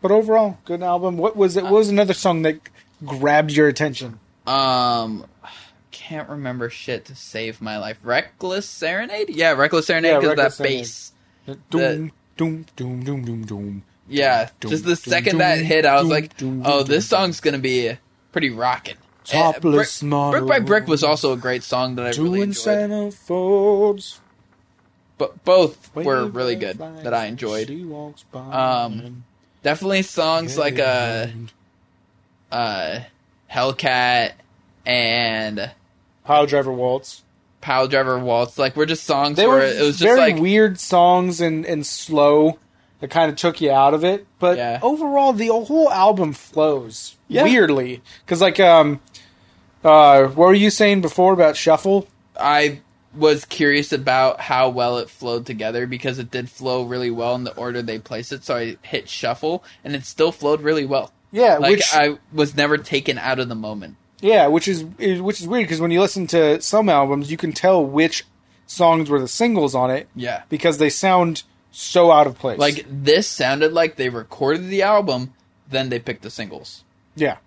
Speaker 1: but overall, good album. What was it? What was another song that grabbed your attention?
Speaker 2: Um, can't remember shit to save my life. Reckless Serenade? Yeah, Reckless Serenade
Speaker 1: Yeah,
Speaker 2: because
Speaker 1: Reckless
Speaker 2: that
Speaker 1: Serenade.
Speaker 2: bass.
Speaker 1: Doom. Doom. Doom. Doom. Doom. Doom.
Speaker 2: Yeah,
Speaker 1: Doom,
Speaker 2: just the
Speaker 1: doom,
Speaker 2: second
Speaker 1: doom,
Speaker 2: that hit, I was
Speaker 1: doom,
Speaker 2: like,
Speaker 1: doom,
Speaker 2: oh,
Speaker 1: doom,
Speaker 2: this
Speaker 1: doom,
Speaker 2: song's gonna be pretty rocking.
Speaker 1: Topless model.
Speaker 2: Eh, Brick by Brick was also a great song that I
Speaker 1: Two
Speaker 2: really enjoyed.
Speaker 1: xenophobes.
Speaker 2: But both were
Speaker 1: wave
Speaker 2: really
Speaker 1: of
Speaker 2: good
Speaker 1: light
Speaker 2: that I
Speaker 1: as
Speaker 2: enjoyed.
Speaker 1: she walks by.
Speaker 2: Um, Definitely songs like uh, uh, Hellcat and
Speaker 1: Pile Driver Waltz.
Speaker 2: Pile Driver Waltz. Like, were just songs
Speaker 1: They
Speaker 2: where
Speaker 1: were
Speaker 2: it was just
Speaker 1: very
Speaker 2: like
Speaker 1: weird songs and, and slow that kind of took you out of it. But
Speaker 2: Yeah.
Speaker 1: overall, the whole album flows
Speaker 2: Yeah.
Speaker 1: weirdly because like um, uh, what were you saying before about shuffle?
Speaker 2: I was curious about how well it flowed together because it did flow really well in the order they placed it. So I hit shuffle, and it still flowed really well.
Speaker 1: Yeah,
Speaker 2: Like
Speaker 1: which
Speaker 2: I was never taken out of the moment.
Speaker 1: yeah, which is is- which is weird because when you listen to some albums, you can tell which songs were the singles on it
Speaker 2: Yeah.
Speaker 1: because they sound so out of place.
Speaker 2: Like this sounded like they recorded the album, then they picked the singles,
Speaker 1: yeah,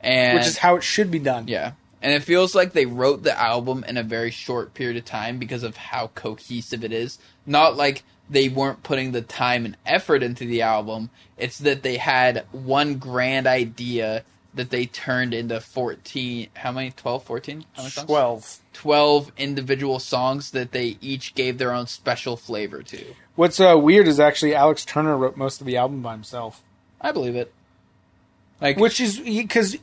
Speaker 2: and
Speaker 1: which is how it should be done.
Speaker 2: yeah, and it feels like they wrote the album in a very short period of time because of how cohesive it is. Not like they weren't putting the time and effort into the album. It's that they had one grand idea that they turned into 14 how many 12 14 how many songs?
Speaker 1: twelve.
Speaker 2: 12 individual songs that they each gave their own special flavor to.
Speaker 1: What's uh, weird is actually Alex Turner wrote most of the album by himself,
Speaker 2: I believe it. Like
Speaker 1: which is because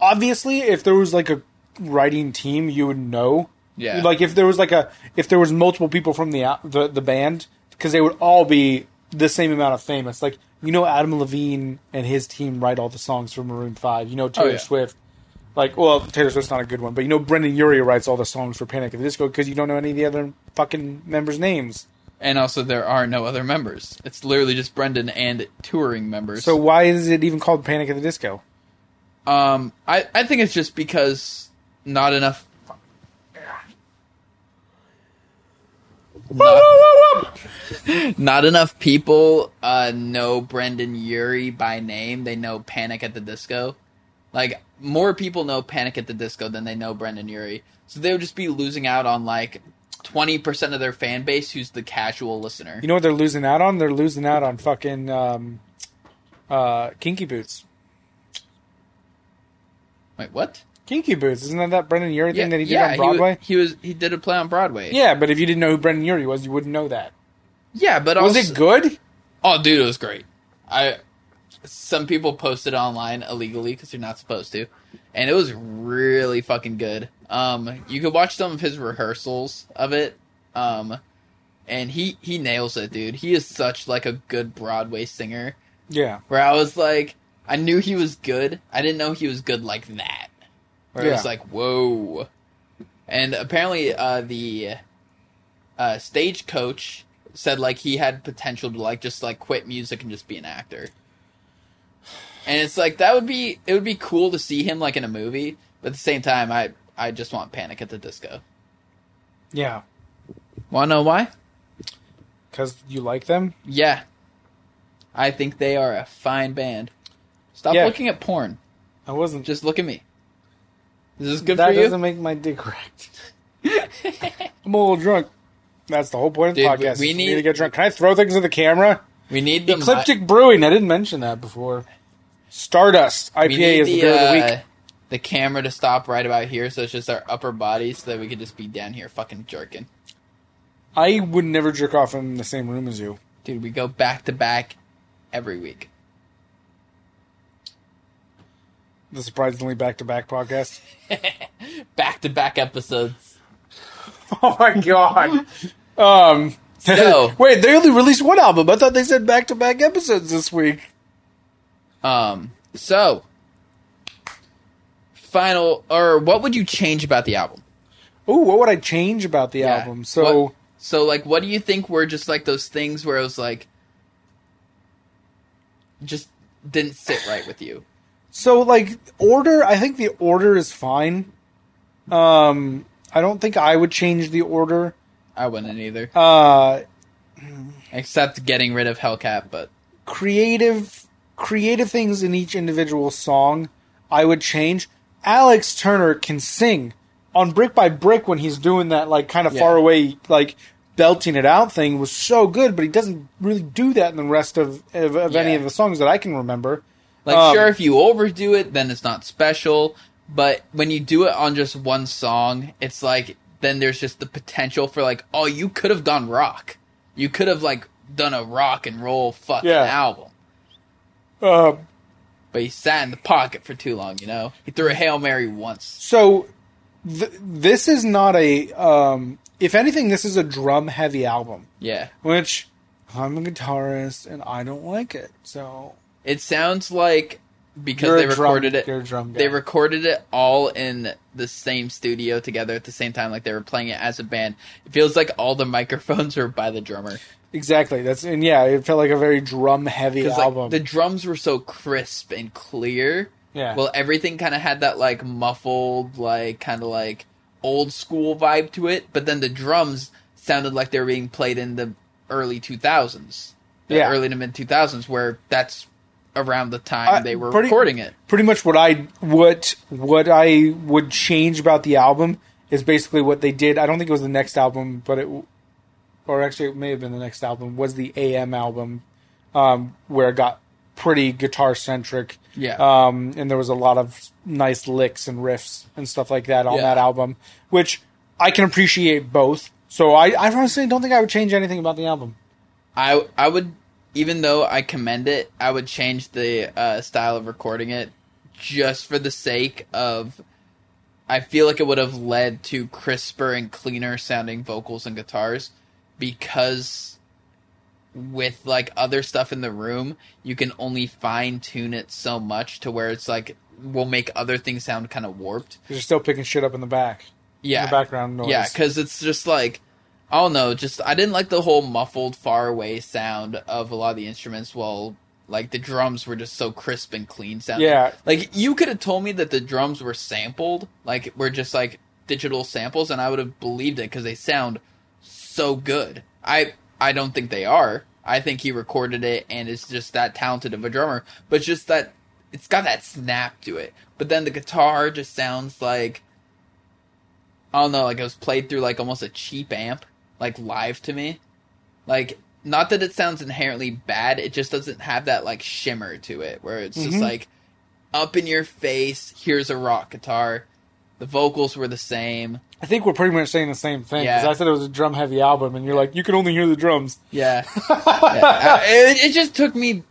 Speaker 1: obviously, if there was like a writing team, you would know.
Speaker 2: Yeah.
Speaker 1: Like if there was like a if there was multiple people from the al- the, the band because they would all be the same amount of famous. Like you know, Adam Levine and his team write all the songs for Maroon Five. You know, Taylor
Speaker 2: Oh, yeah.
Speaker 1: Swift. Like well, Taylor Swift's not a good one, but you know, Brendan Urie writes all the songs for Panic at the Disco because you don't know any of the other fucking members' names.
Speaker 2: and also there are no other members. It's literally just Brendan and touring members.
Speaker 1: So why is it even called Panic at the Disco?
Speaker 2: um I I think it's just because not enough not enough people uh, know Brendan Urie by name. They know Panic at the Disco. Like more people know Panic at the Disco than they know Brendan Urie. So they would just be losing out on like twenty percent of their fan base, who's the casual listener.
Speaker 1: You know what they're losing out on? They're losing out on fucking um, uh, Kinky Boots.
Speaker 2: Wait, what?
Speaker 1: Kinky Boots. Isn't that that Brendan Urie thing that he did on
Speaker 2: wa-
Speaker 1: Broadway?
Speaker 2: He was, he did a play on Broadway.
Speaker 1: yeah, but if you didn't know who Brendan Urie was, you wouldn't know that.
Speaker 2: yeah, but
Speaker 1: Was
Speaker 2: also,
Speaker 1: it good?
Speaker 2: Oh, dude, it was great. I some people posted online illegally because you're not supposed to, and it was really fucking good. Um, you could watch some of his rehearsals of it. Um, and he he nails it, dude. He is such like a good Broadway singer.
Speaker 1: Yeah.
Speaker 2: Where I was like, I knew he was good. I didn't know he was good like that. Where it was
Speaker 1: Yeah.
Speaker 2: like, whoa. And apparently, uh, the uh, stagecoach said like he had potential to like just like quit music and just be an actor. And it's like that would be it would be cool to see him like in a movie, but at the same time, I I just want Panic at the Disco.
Speaker 1: Yeah.
Speaker 2: Wanna know why?
Speaker 1: Because you like them?
Speaker 2: Yeah, I think they are a fine band. Stop
Speaker 1: Yeah.
Speaker 2: looking at porn.
Speaker 1: I wasn't.
Speaker 2: Just look at me. Is this good
Speaker 1: that
Speaker 2: for you?
Speaker 1: doesn't make my dick cracked. I'm a little drunk. That's the whole point of the
Speaker 2: Dude,
Speaker 1: podcast.
Speaker 2: we
Speaker 1: is for me
Speaker 2: need-
Speaker 1: to get drunk. Can I throw things at the camera?
Speaker 2: we need the mi-
Speaker 1: Ecliptic Brewing. I didn't mention that before. Stardust
Speaker 2: we
Speaker 1: IPA
Speaker 2: need
Speaker 1: is the, beer of the
Speaker 2: uh,
Speaker 1: week.
Speaker 2: the camera to stop right about here, so it's just our upper body, so that we could just be down here fucking jerking.
Speaker 1: I would never jerk off in the same room as you.
Speaker 2: Dude, we go back to back every week.
Speaker 1: The surprisingly back to back podcast.
Speaker 2: back to back episodes.
Speaker 1: Oh my god. um
Speaker 2: So-
Speaker 1: wait, they only released one album. I thought they said back to back episodes this week.
Speaker 2: Um, so final or what would you change about the album?
Speaker 1: Ooh, what would I change about the
Speaker 2: Yeah.
Speaker 1: album? So
Speaker 2: What- so like, what do you think were just like those things where it was like, just didn't sit right with you?
Speaker 1: so like order, I think the order is fine. Um I don't think I would change the order.
Speaker 2: I wouldn't either,
Speaker 1: Uh
Speaker 2: except getting rid of Hellcat. But
Speaker 1: creative creative things in each individual song I would change. Alex Turner can sing on Brick by Brick when he's doing that like kind of
Speaker 2: Yeah.
Speaker 1: far away like belting it out thing was so good, but he doesn't really do that in the rest of of, of any
Speaker 2: Yeah.
Speaker 1: of the songs that I can remember.
Speaker 2: like,
Speaker 1: Um,
Speaker 2: sure, if you overdo it, then it's not special. But when you do it on just one song, it's like then there's just the potential for like, oh, you could have gone rock. You could have like done a rock and roll fucking
Speaker 1: Yeah.
Speaker 2: album.
Speaker 1: Um,
Speaker 2: But he sat in the pocket for too long. You know, he threw a hail mary once.
Speaker 1: so th- this is not a um, if anything this is a drum heavy album,
Speaker 2: Yeah.
Speaker 1: which I'm a guitarist and I don't like it. So
Speaker 2: It sounds like because
Speaker 1: You're a
Speaker 2: they recorded
Speaker 1: drum,
Speaker 2: it,
Speaker 1: you're a drum guy.
Speaker 2: they recorded it all in the same studio together at the same time, like they were playing it as a band. It feels like all the microphones were by the drummer
Speaker 1: Exactly. That's and yeah, it felt like a very drum heavy
Speaker 2: because
Speaker 1: album.
Speaker 2: like the drums were so crisp and clear.
Speaker 1: yeah.
Speaker 2: Well, everything kind of had that like muffled, like kind of like old school vibe to it, but then the drums sounded like they were being played in the early two thousands, the
Speaker 1: Yeah.
Speaker 2: early to mid two thousands, where that's around the time
Speaker 1: I-
Speaker 2: they were
Speaker 1: pretty-
Speaker 2: recording it.
Speaker 1: Pretty much what I what what I would change about the album is basically what they did. I don't think it was the next album, but it or actually it may have been the next album was the AM album um where it got pretty guitar centric.
Speaker 2: Yeah.
Speaker 1: Um and there was a lot of nice licks and riffs and stuff like that on
Speaker 2: Yeah.
Speaker 1: that album, which I can appreciate both. So I, I honestly don't think I would change anything about the album.
Speaker 2: I I would even though I commend it, I would change the uh, style of recording it just for the sake of I feel like it would have led to crisper and cleaner sounding vocals and guitars because with like other stuff in the room, you can only fine tune it so much to where it's like will make other things sound kind of warped.
Speaker 1: 'Cause You're still picking shit up in the back.
Speaker 2: Yeah.
Speaker 1: the background noise.
Speaker 2: Yeah, because it's just like I don't know. Just I didn't like the whole muffled, far away sound of a lot of the instruments. While like the drums were just so crisp and clean sounding.
Speaker 1: Yeah.
Speaker 2: like you could have told me that the drums were sampled, like were just like digital samples, and I would have believed it because they sound so good. I I don't think they are. I think he recorded it and is just that talented of a drummer, but just that it's got that snap to it. But then the guitar just sounds like I don't know, like it was played through like almost a cheap amp, like live to me. Like not that it sounds inherently bad, it just doesn't have that like shimmer to it where it's
Speaker 1: Mhm.
Speaker 2: just like up in your face, here's a rock guitar, The vocals were the same.
Speaker 1: I think we're pretty much saying the same thing because
Speaker 2: Yeah.
Speaker 1: I said it was a drum heavy album, and you're like, you can only hear the drums.
Speaker 2: Yeah. Yeah. I- it, it just took me.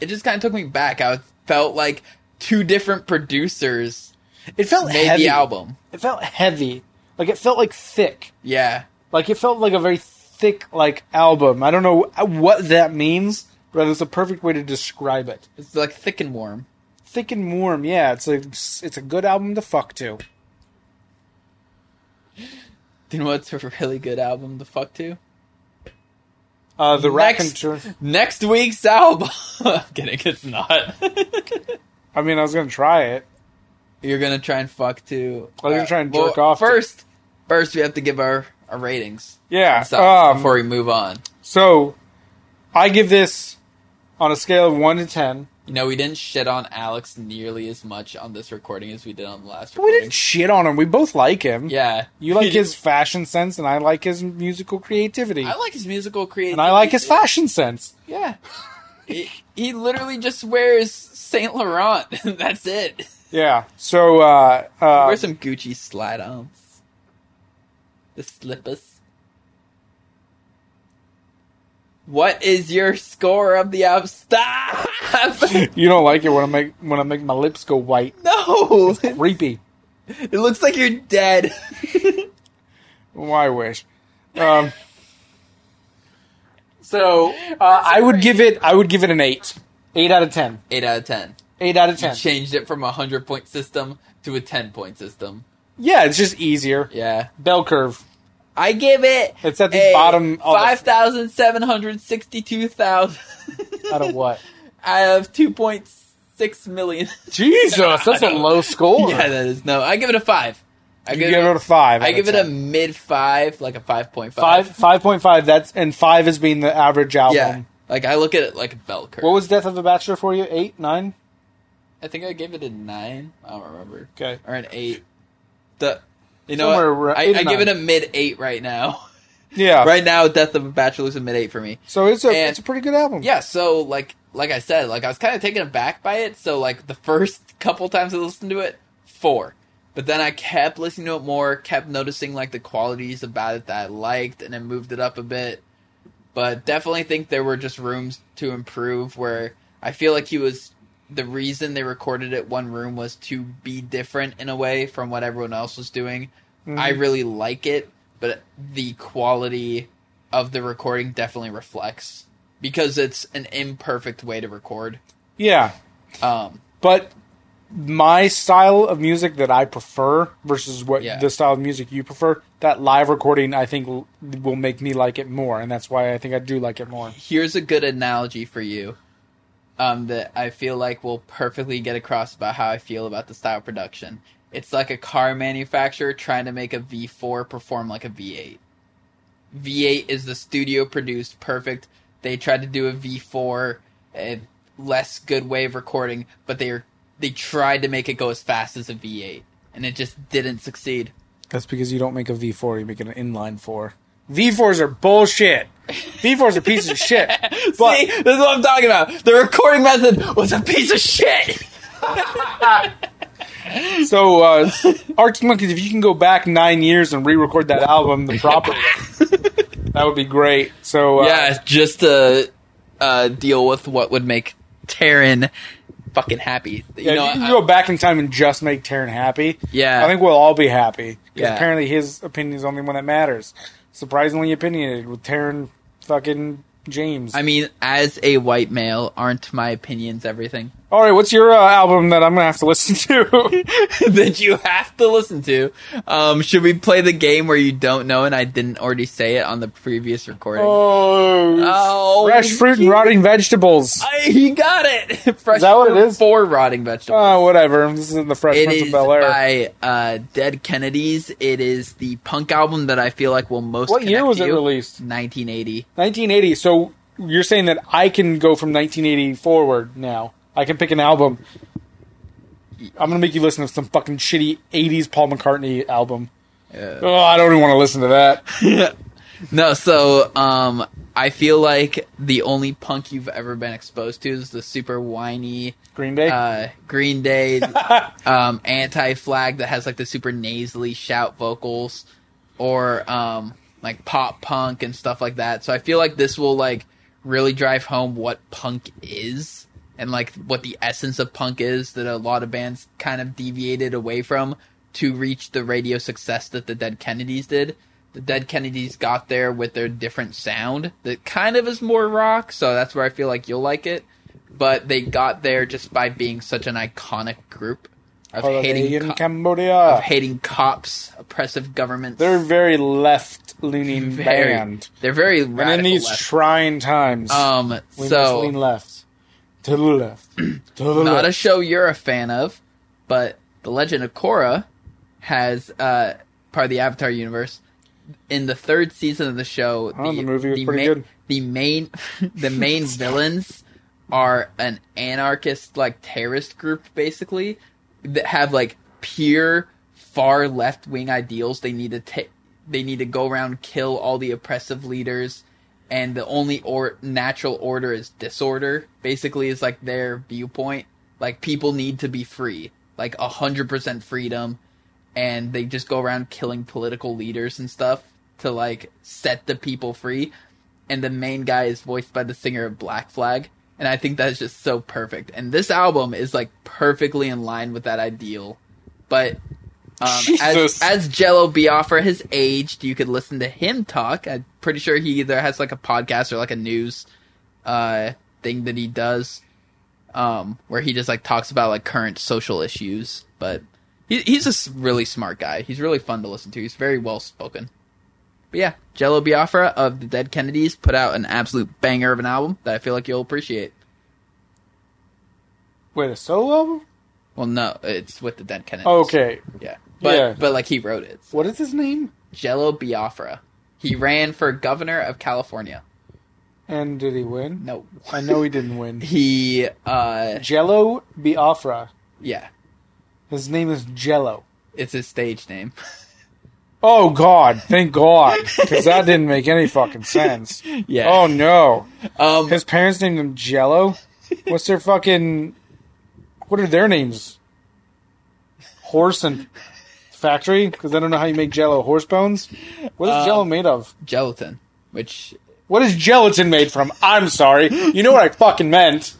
Speaker 2: It just kind of took me back. I felt like two different producers
Speaker 1: It felt
Speaker 2: made
Speaker 1: heavy.
Speaker 2: the album.
Speaker 1: It felt heavy. Like it felt like thick.
Speaker 2: Yeah.
Speaker 1: Like it felt like a very thick like album. I don't know what that means, but it's a perfect way to describe it.
Speaker 2: It's like thick and warm.
Speaker 1: Thick and warm. Yeah, it's a it's a good album to fuck to.
Speaker 2: Do you know what's a really good album to fuck to?
Speaker 1: Uh, the
Speaker 2: Next.
Speaker 1: raconteur.
Speaker 2: Next week's album. I'm kidding. It's not.
Speaker 1: I mean, I was gonna try it.
Speaker 2: You're gonna try and fuck to.
Speaker 1: I was gonna try and jerk off to-
Speaker 2: first. First, we have to give our, our ratings
Speaker 1: Yeah.
Speaker 2: and stuff
Speaker 1: um,
Speaker 2: before we move on.
Speaker 1: So, I give this on a scale of one to ten.
Speaker 2: You know, we didn't shit on Alex nearly as much on this recording as we did on the last.
Speaker 1: We
Speaker 2: Recording.
Speaker 1: didn't shit on him. We both like him.
Speaker 2: Yeah,
Speaker 1: You like his fashion sense, and I like his musical creativity.
Speaker 2: I like his musical creativity,
Speaker 1: and I like his fashion sense.
Speaker 2: Yeah, he, he literally just wears Saint Laurent. and That's it.
Speaker 1: Yeah. So, uh,
Speaker 2: Wear
Speaker 1: uh,
Speaker 2: some Gucci slide-ons, the slippers. What is your score of the album? Stop!
Speaker 1: you don't like it when I make when I make my lips go white.
Speaker 2: no,
Speaker 1: Creepy.
Speaker 2: it looks like you're dead.
Speaker 1: Well, Oh, I wish. Um,
Speaker 2: so
Speaker 1: uh, I would give it. I would give it an eight. Eight out of ten.
Speaker 2: eight out of ten.
Speaker 1: Eight out of
Speaker 2: You
Speaker 1: ten.
Speaker 2: changed it from a hundred point system to a ten point system.
Speaker 1: Yeah, it's just easier.
Speaker 2: Yeah,
Speaker 1: Bell curve.
Speaker 2: I give it.
Speaker 1: It's at the
Speaker 2: a
Speaker 1: bottom of
Speaker 2: Five thousand seven hundred sixty-two thousand
Speaker 1: out of what?
Speaker 2: out of two point six million.
Speaker 1: Jesus, that's a low score.
Speaker 2: yeah, that is no. I give it a five. I
Speaker 1: you
Speaker 2: give,
Speaker 1: give
Speaker 2: it.
Speaker 1: it a five.
Speaker 2: I
Speaker 1: out
Speaker 2: give
Speaker 1: of
Speaker 2: it a
Speaker 1: 10.
Speaker 2: mid five, like a five point
Speaker 1: five. Five point five. That's and five is being the average album.
Speaker 2: Yeah, like I look at it like a bell curve.
Speaker 1: What was Death of a Bachelor for you? Eight, nine.
Speaker 2: I think I gave it a nine. I don't remember.
Speaker 1: Okay.
Speaker 2: Or an eight. The you know
Speaker 1: Somewhere
Speaker 2: what?
Speaker 1: around-
Speaker 2: I,
Speaker 1: eight or
Speaker 2: I give it
Speaker 1: nine.
Speaker 2: a mid eight right now.
Speaker 1: Yeah.
Speaker 2: right now, Death of a Bachelor is a mid eight for me.
Speaker 1: So it's a
Speaker 2: And-
Speaker 1: it's a pretty good album.
Speaker 2: Yeah, so like like I said, like I was kind of taken aback by it. So like the first couple times I listened to it, four, but then I kept listening to it more, kept noticing like the qualities about it that I liked, and then moved it up a bit. But definitely think there were just rooms to improve. Where I feel like he was the reason they recorded it one room was to be different in a way from what everyone else was doing.
Speaker 1: Mhm.
Speaker 2: I really like it, but the quality of the recording definitely reflects because it's an imperfect way to record.
Speaker 1: Yeah.
Speaker 2: Um,
Speaker 1: But my style of music that I prefer versus what
Speaker 2: Yeah.
Speaker 1: the style of music you prefer, that live recording I think l- will make me like it more, and that's why I think I do like it more.
Speaker 2: here's a good analogy for you um, that I feel like will perfectly get across about how I feel about the style of production. It's like a car manufacturer trying to make a V4 perform like a V8. V8 is the studio produced perfect. They tried to do a V4 and less good way of recording, but they are they tried to make it go as fast as a V8 and it just didn't succeed.
Speaker 1: That's because you don't make a V4, you make an inline four. V4s are bullshit. V4s are pieces of shit. But
Speaker 2: See, this is what I'm talking about. The recording method was a piece of shit.
Speaker 1: so, uh, Arctic Monkeys, if you can go back nine years and re-record that album the proper way, that would be great. So, uh,
Speaker 2: Yeah, just to uh, deal with what would make Taryn fucking happy. You
Speaker 1: Yeah,
Speaker 2: know,
Speaker 1: if you
Speaker 2: I-
Speaker 1: can go back in time and just make Taryn happy,
Speaker 2: Yeah.
Speaker 1: I think we'll all be happy. Because
Speaker 2: Yeah.
Speaker 1: apparently his opinion is the only one that matters. Surprisingly opinionated with Taryn fucking James.
Speaker 2: I mean, as a white male, aren't my opinions everything
Speaker 1: all right, what's your uh, album that I'm gonna have to listen to?
Speaker 2: that you have to listen to? Um, should we play the game where you don't know and I didn't already say it on the previous recording?
Speaker 1: oh,
Speaker 2: Oh,
Speaker 1: fresh fruit and
Speaker 2: you-
Speaker 1: rotting vegetables.
Speaker 2: I, he got it. Fresh
Speaker 1: that what it
Speaker 2: fruit
Speaker 1: is?
Speaker 2: for rotting vegetables.
Speaker 1: Oh, whatever. This isn't the Fresh
Speaker 2: It
Speaker 1: Prince
Speaker 2: is
Speaker 1: of Bel Air.
Speaker 2: by uh, Dead Kennedys. It is the punk album that I feel like will most.
Speaker 1: What year
Speaker 2: connect
Speaker 1: was it
Speaker 2: you.
Speaker 1: released?
Speaker 2: 1980.
Speaker 1: 1980. So you're saying that I can go from 1980 forward now. I can pick an album. I'm gonna make you listen to some fucking shitty 80s Paul McCartney album.
Speaker 2: Uh,
Speaker 1: Oh, I don't even want to listen to that.
Speaker 2: No, so um, I feel like the only punk you've ever been exposed to is the super whiny
Speaker 1: Green Day.
Speaker 2: uh, Green Day um, anti flag that has like the super nasally shout vocals or um, like pop punk and stuff like that. So I feel like this will like really drive home what punk is and like what the essence of punk is that a lot of bands kind of deviated away from to reach the radio success that the Dead Kennedys did. The Dead Kennedys got there with their different sound that kind of is more rock, so that's where I feel like you'll like it but they got there just by being such an iconic group of
Speaker 1: Holiday
Speaker 2: hating
Speaker 1: in
Speaker 2: co- of
Speaker 1: Cambodia.
Speaker 2: hating cops, oppressive governments.
Speaker 1: They're a very left leaning
Speaker 2: very
Speaker 1: band.
Speaker 2: they're very radical.
Speaker 1: And in these
Speaker 2: left.
Speaker 1: trying times,
Speaker 2: um,
Speaker 1: we must
Speaker 2: so
Speaker 1: lean left. To the left. To the
Speaker 2: not
Speaker 1: left.
Speaker 2: a show you're a fan of, but The Legend of Korra has uh, part of the Avatar universe. In the third season of the show,
Speaker 1: Oh, the movie was pretty
Speaker 2: ma-
Speaker 1: good.
Speaker 2: The main, the main villains are an anarchist, like terrorist group, basically that have like pure far left wing ideals. They need to take, they need to go around kill all the oppressive leaders, and the only or natural order is disorder. Basically, is like their viewpoint. Like people need to be free, like a hundred percent freedom, and they just go around killing political leaders and stuff to like set the people free. And the main guy is voiced by the singer of Black Flag, and I think that's just so perfect. And this album is like perfectly in line with that ideal. But um, as
Speaker 1: Jesus.
Speaker 2: as Jello Biafra has aged, you could listen to him talk. I'm pretty sure he either has like a podcast or like a news uh, thing that he does um, where he just like talks about like current social issues. But he, he's a s- really smart guy. He's really fun to listen to. He's very well spoken. But yeah, Jello Biafra of the Dead Kennedys put out an absolute banger of an album that I feel like you'll appreciate.
Speaker 1: Wait, a solo album?
Speaker 2: Well, no, it's with the Dead Kennedys.
Speaker 1: Okay.
Speaker 2: yeah, but
Speaker 1: Yeah.
Speaker 2: but like he wrote it.
Speaker 1: What is his name?
Speaker 2: Jello Biafra. He ran for governor of California.
Speaker 1: And did he win?
Speaker 2: No,
Speaker 1: I know he didn't win.
Speaker 2: he uh
Speaker 1: Jello Biafra.
Speaker 2: yeah,
Speaker 1: His name is Jello.
Speaker 2: it's his stage name.
Speaker 1: Oh God! Thank God, because that didn't make any fucking sense.
Speaker 2: yeah.
Speaker 1: Oh no!
Speaker 2: um,
Speaker 1: His parents named him Jello. What's their fucking? What are their names? Horse and factory, because I don't know how you make Jello. Horse bones. What is
Speaker 2: Um,
Speaker 1: Jello made of?
Speaker 2: gelatin, which
Speaker 1: What is gelatin made from? I'm sorry. You know what I fucking meant.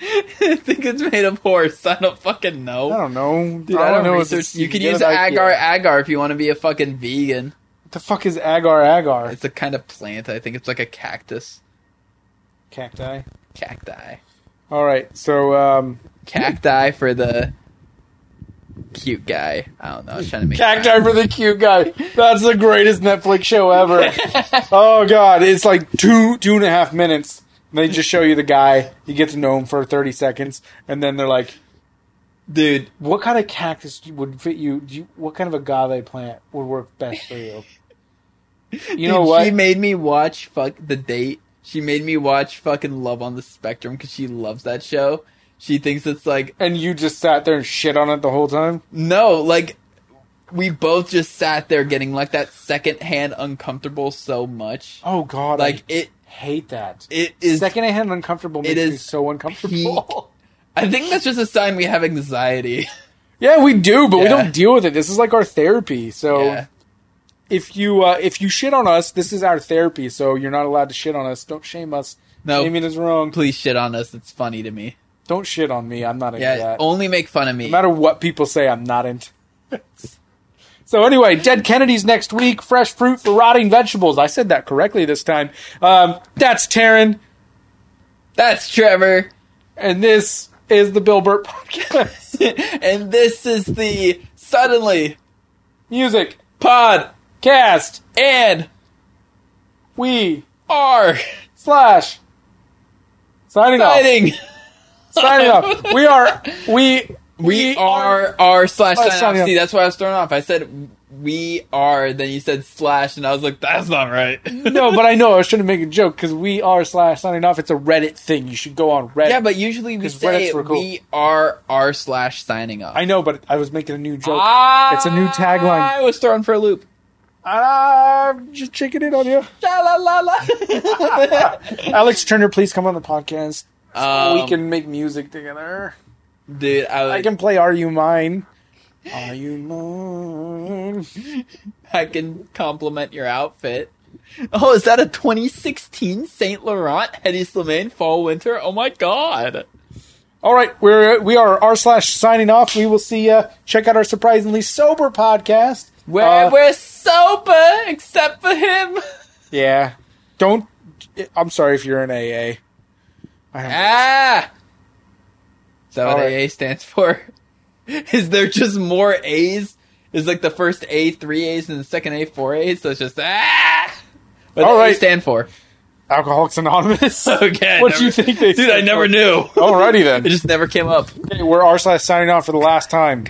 Speaker 2: I think it's made of horse. I don't fucking
Speaker 1: I
Speaker 2: know.
Speaker 1: don't know.
Speaker 2: Dude,
Speaker 1: All
Speaker 2: I don't
Speaker 1: know is
Speaker 2: research.
Speaker 1: it's-
Speaker 2: You can
Speaker 1: get
Speaker 2: use
Speaker 1: it out
Speaker 2: agar
Speaker 1: here.
Speaker 2: agar if you want to be a fucking vegan.
Speaker 1: What the fuck is agar agar?
Speaker 2: It's a kind of plant. I think it's like a cactus,
Speaker 1: Cacti.
Speaker 2: cacti,
Speaker 1: All right. So um,
Speaker 2: cacti for the cute guy. I don't know. I was trying to make
Speaker 1: Cacti for the Cute Guy. That's the greatest Netflix show ever. oh god, it's like two two and a half minutes. And they just show you the guy. You get to know him for thirty seconds, and then they're like,
Speaker 2: dude.
Speaker 1: "What kind of cactus would fit you? Do you what kind of agave plant would work best for you?" You know
Speaker 2: Dude,
Speaker 1: what?
Speaker 2: She made me watch fuck the date. She made me watch fucking Love on the Spectrum because she loves that show. She thinks it's like
Speaker 1: and you just sat there and shit on it the whole time.
Speaker 2: No, like we both just sat there getting like that secondhand uncomfortable so much.
Speaker 1: Oh god,
Speaker 2: Like
Speaker 1: I
Speaker 2: it
Speaker 1: hate that.
Speaker 2: it is
Speaker 1: Secondhand uncomfortable makes me
Speaker 2: is
Speaker 1: so uncomfortable.
Speaker 2: peak I think that's just a sign we have anxiety.
Speaker 1: Yeah, we do, but we
Speaker 2: Yeah.
Speaker 1: don't deal with it. This is like our therapy. So
Speaker 2: Yeah.
Speaker 1: if you uh, if you shit on us, this is our therapy. So you're not allowed to shit on us. Don't shame us.
Speaker 2: No.
Speaker 1: Shaming is wrong.
Speaker 2: Please shit on us, it's funny to me.
Speaker 1: Don't shit on me. I'm not into
Speaker 2: Yeah,
Speaker 1: that.
Speaker 2: only make fun of me.
Speaker 1: no matter what people say, I'm not into. it. so anyway, Dead Kennedys next week. Fresh fruit for rotting vegetables. I said that correctly this time. Um, that's Taryn,
Speaker 2: That's Trevor.
Speaker 1: and this is the Bill Burt podcast.
Speaker 2: and this is the suddenly
Speaker 1: Music
Speaker 2: pod
Speaker 1: cast.
Speaker 2: and
Speaker 1: We
Speaker 2: are
Speaker 1: slash signing off.
Speaker 2: signing.
Speaker 1: signing off. We are we
Speaker 2: We are are slash
Speaker 1: Oh,
Speaker 2: sign
Speaker 1: sign
Speaker 2: off.
Speaker 1: off.
Speaker 2: See, that's why I was thrown off. I said we are, then you said slash, and I was like, that's not right.
Speaker 1: no, but I know I shouldn't make a joke because we are slash signing off. It's a Reddit thing. You should go on Reddit.
Speaker 2: yeah, but usually we
Speaker 1: 'Cause
Speaker 2: say
Speaker 1: Reddit's were cool.
Speaker 2: we are r slash signing off.
Speaker 1: I know, but I was making a new joke.
Speaker 2: I,
Speaker 1: It's a new tagline.
Speaker 2: I was thrown for a loop. Ah.
Speaker 1: I'm just checking in on you.
Speaker 2: Sha-la-la-la.
Speaker 1: Alex Turner, please come on the podcast.
Speaker 2: Um,
Speaker 1: we can make music together.
Speaker 2: dude. I,
Speaker 1: I
Speaker 2: like,
Speaker 1: can play Are You Mine? Are You Mine?
Speaker 2: I can compliment your outfit. Oh, is that a 2016 Saint Laurent Hedy Slimane Fall Winter? Oh my god!
Speaker 1: All right, we're we are r slash signing off. We will see you. Check out our surprisingly sober podcast.
Speaker 2: Where
Speaker 1: Uh,
Speaker 2: we're sober except for him.
Speaker 1: yeah, don't. I'm sorry if you're in AA. I am-
Speaker 2: Ah, is that what
Speaker 1: All right.
Speaker 2: AA stands for? Is there just more A's? Is like the first A three A's and the second A four A's? So it's just ah. What
Speaker 1: All
Speaker 2: does
Speaker 1: right.
Speaker 2: A stand for?
Speaker 1: Alcoholics Anonymous.
Speaker 2: Okay.
Speaker 1: What
Speaker 2: never-
Speaker 1: do you think they
Speaker 2: dude? I
Speaker 1: stand for?
Speaker 2: never knew.
Speaker 1: Alrighty then.
Speaker 2: It just never came up.
Speaker 1: Okay, we're r slash signing off for the last time.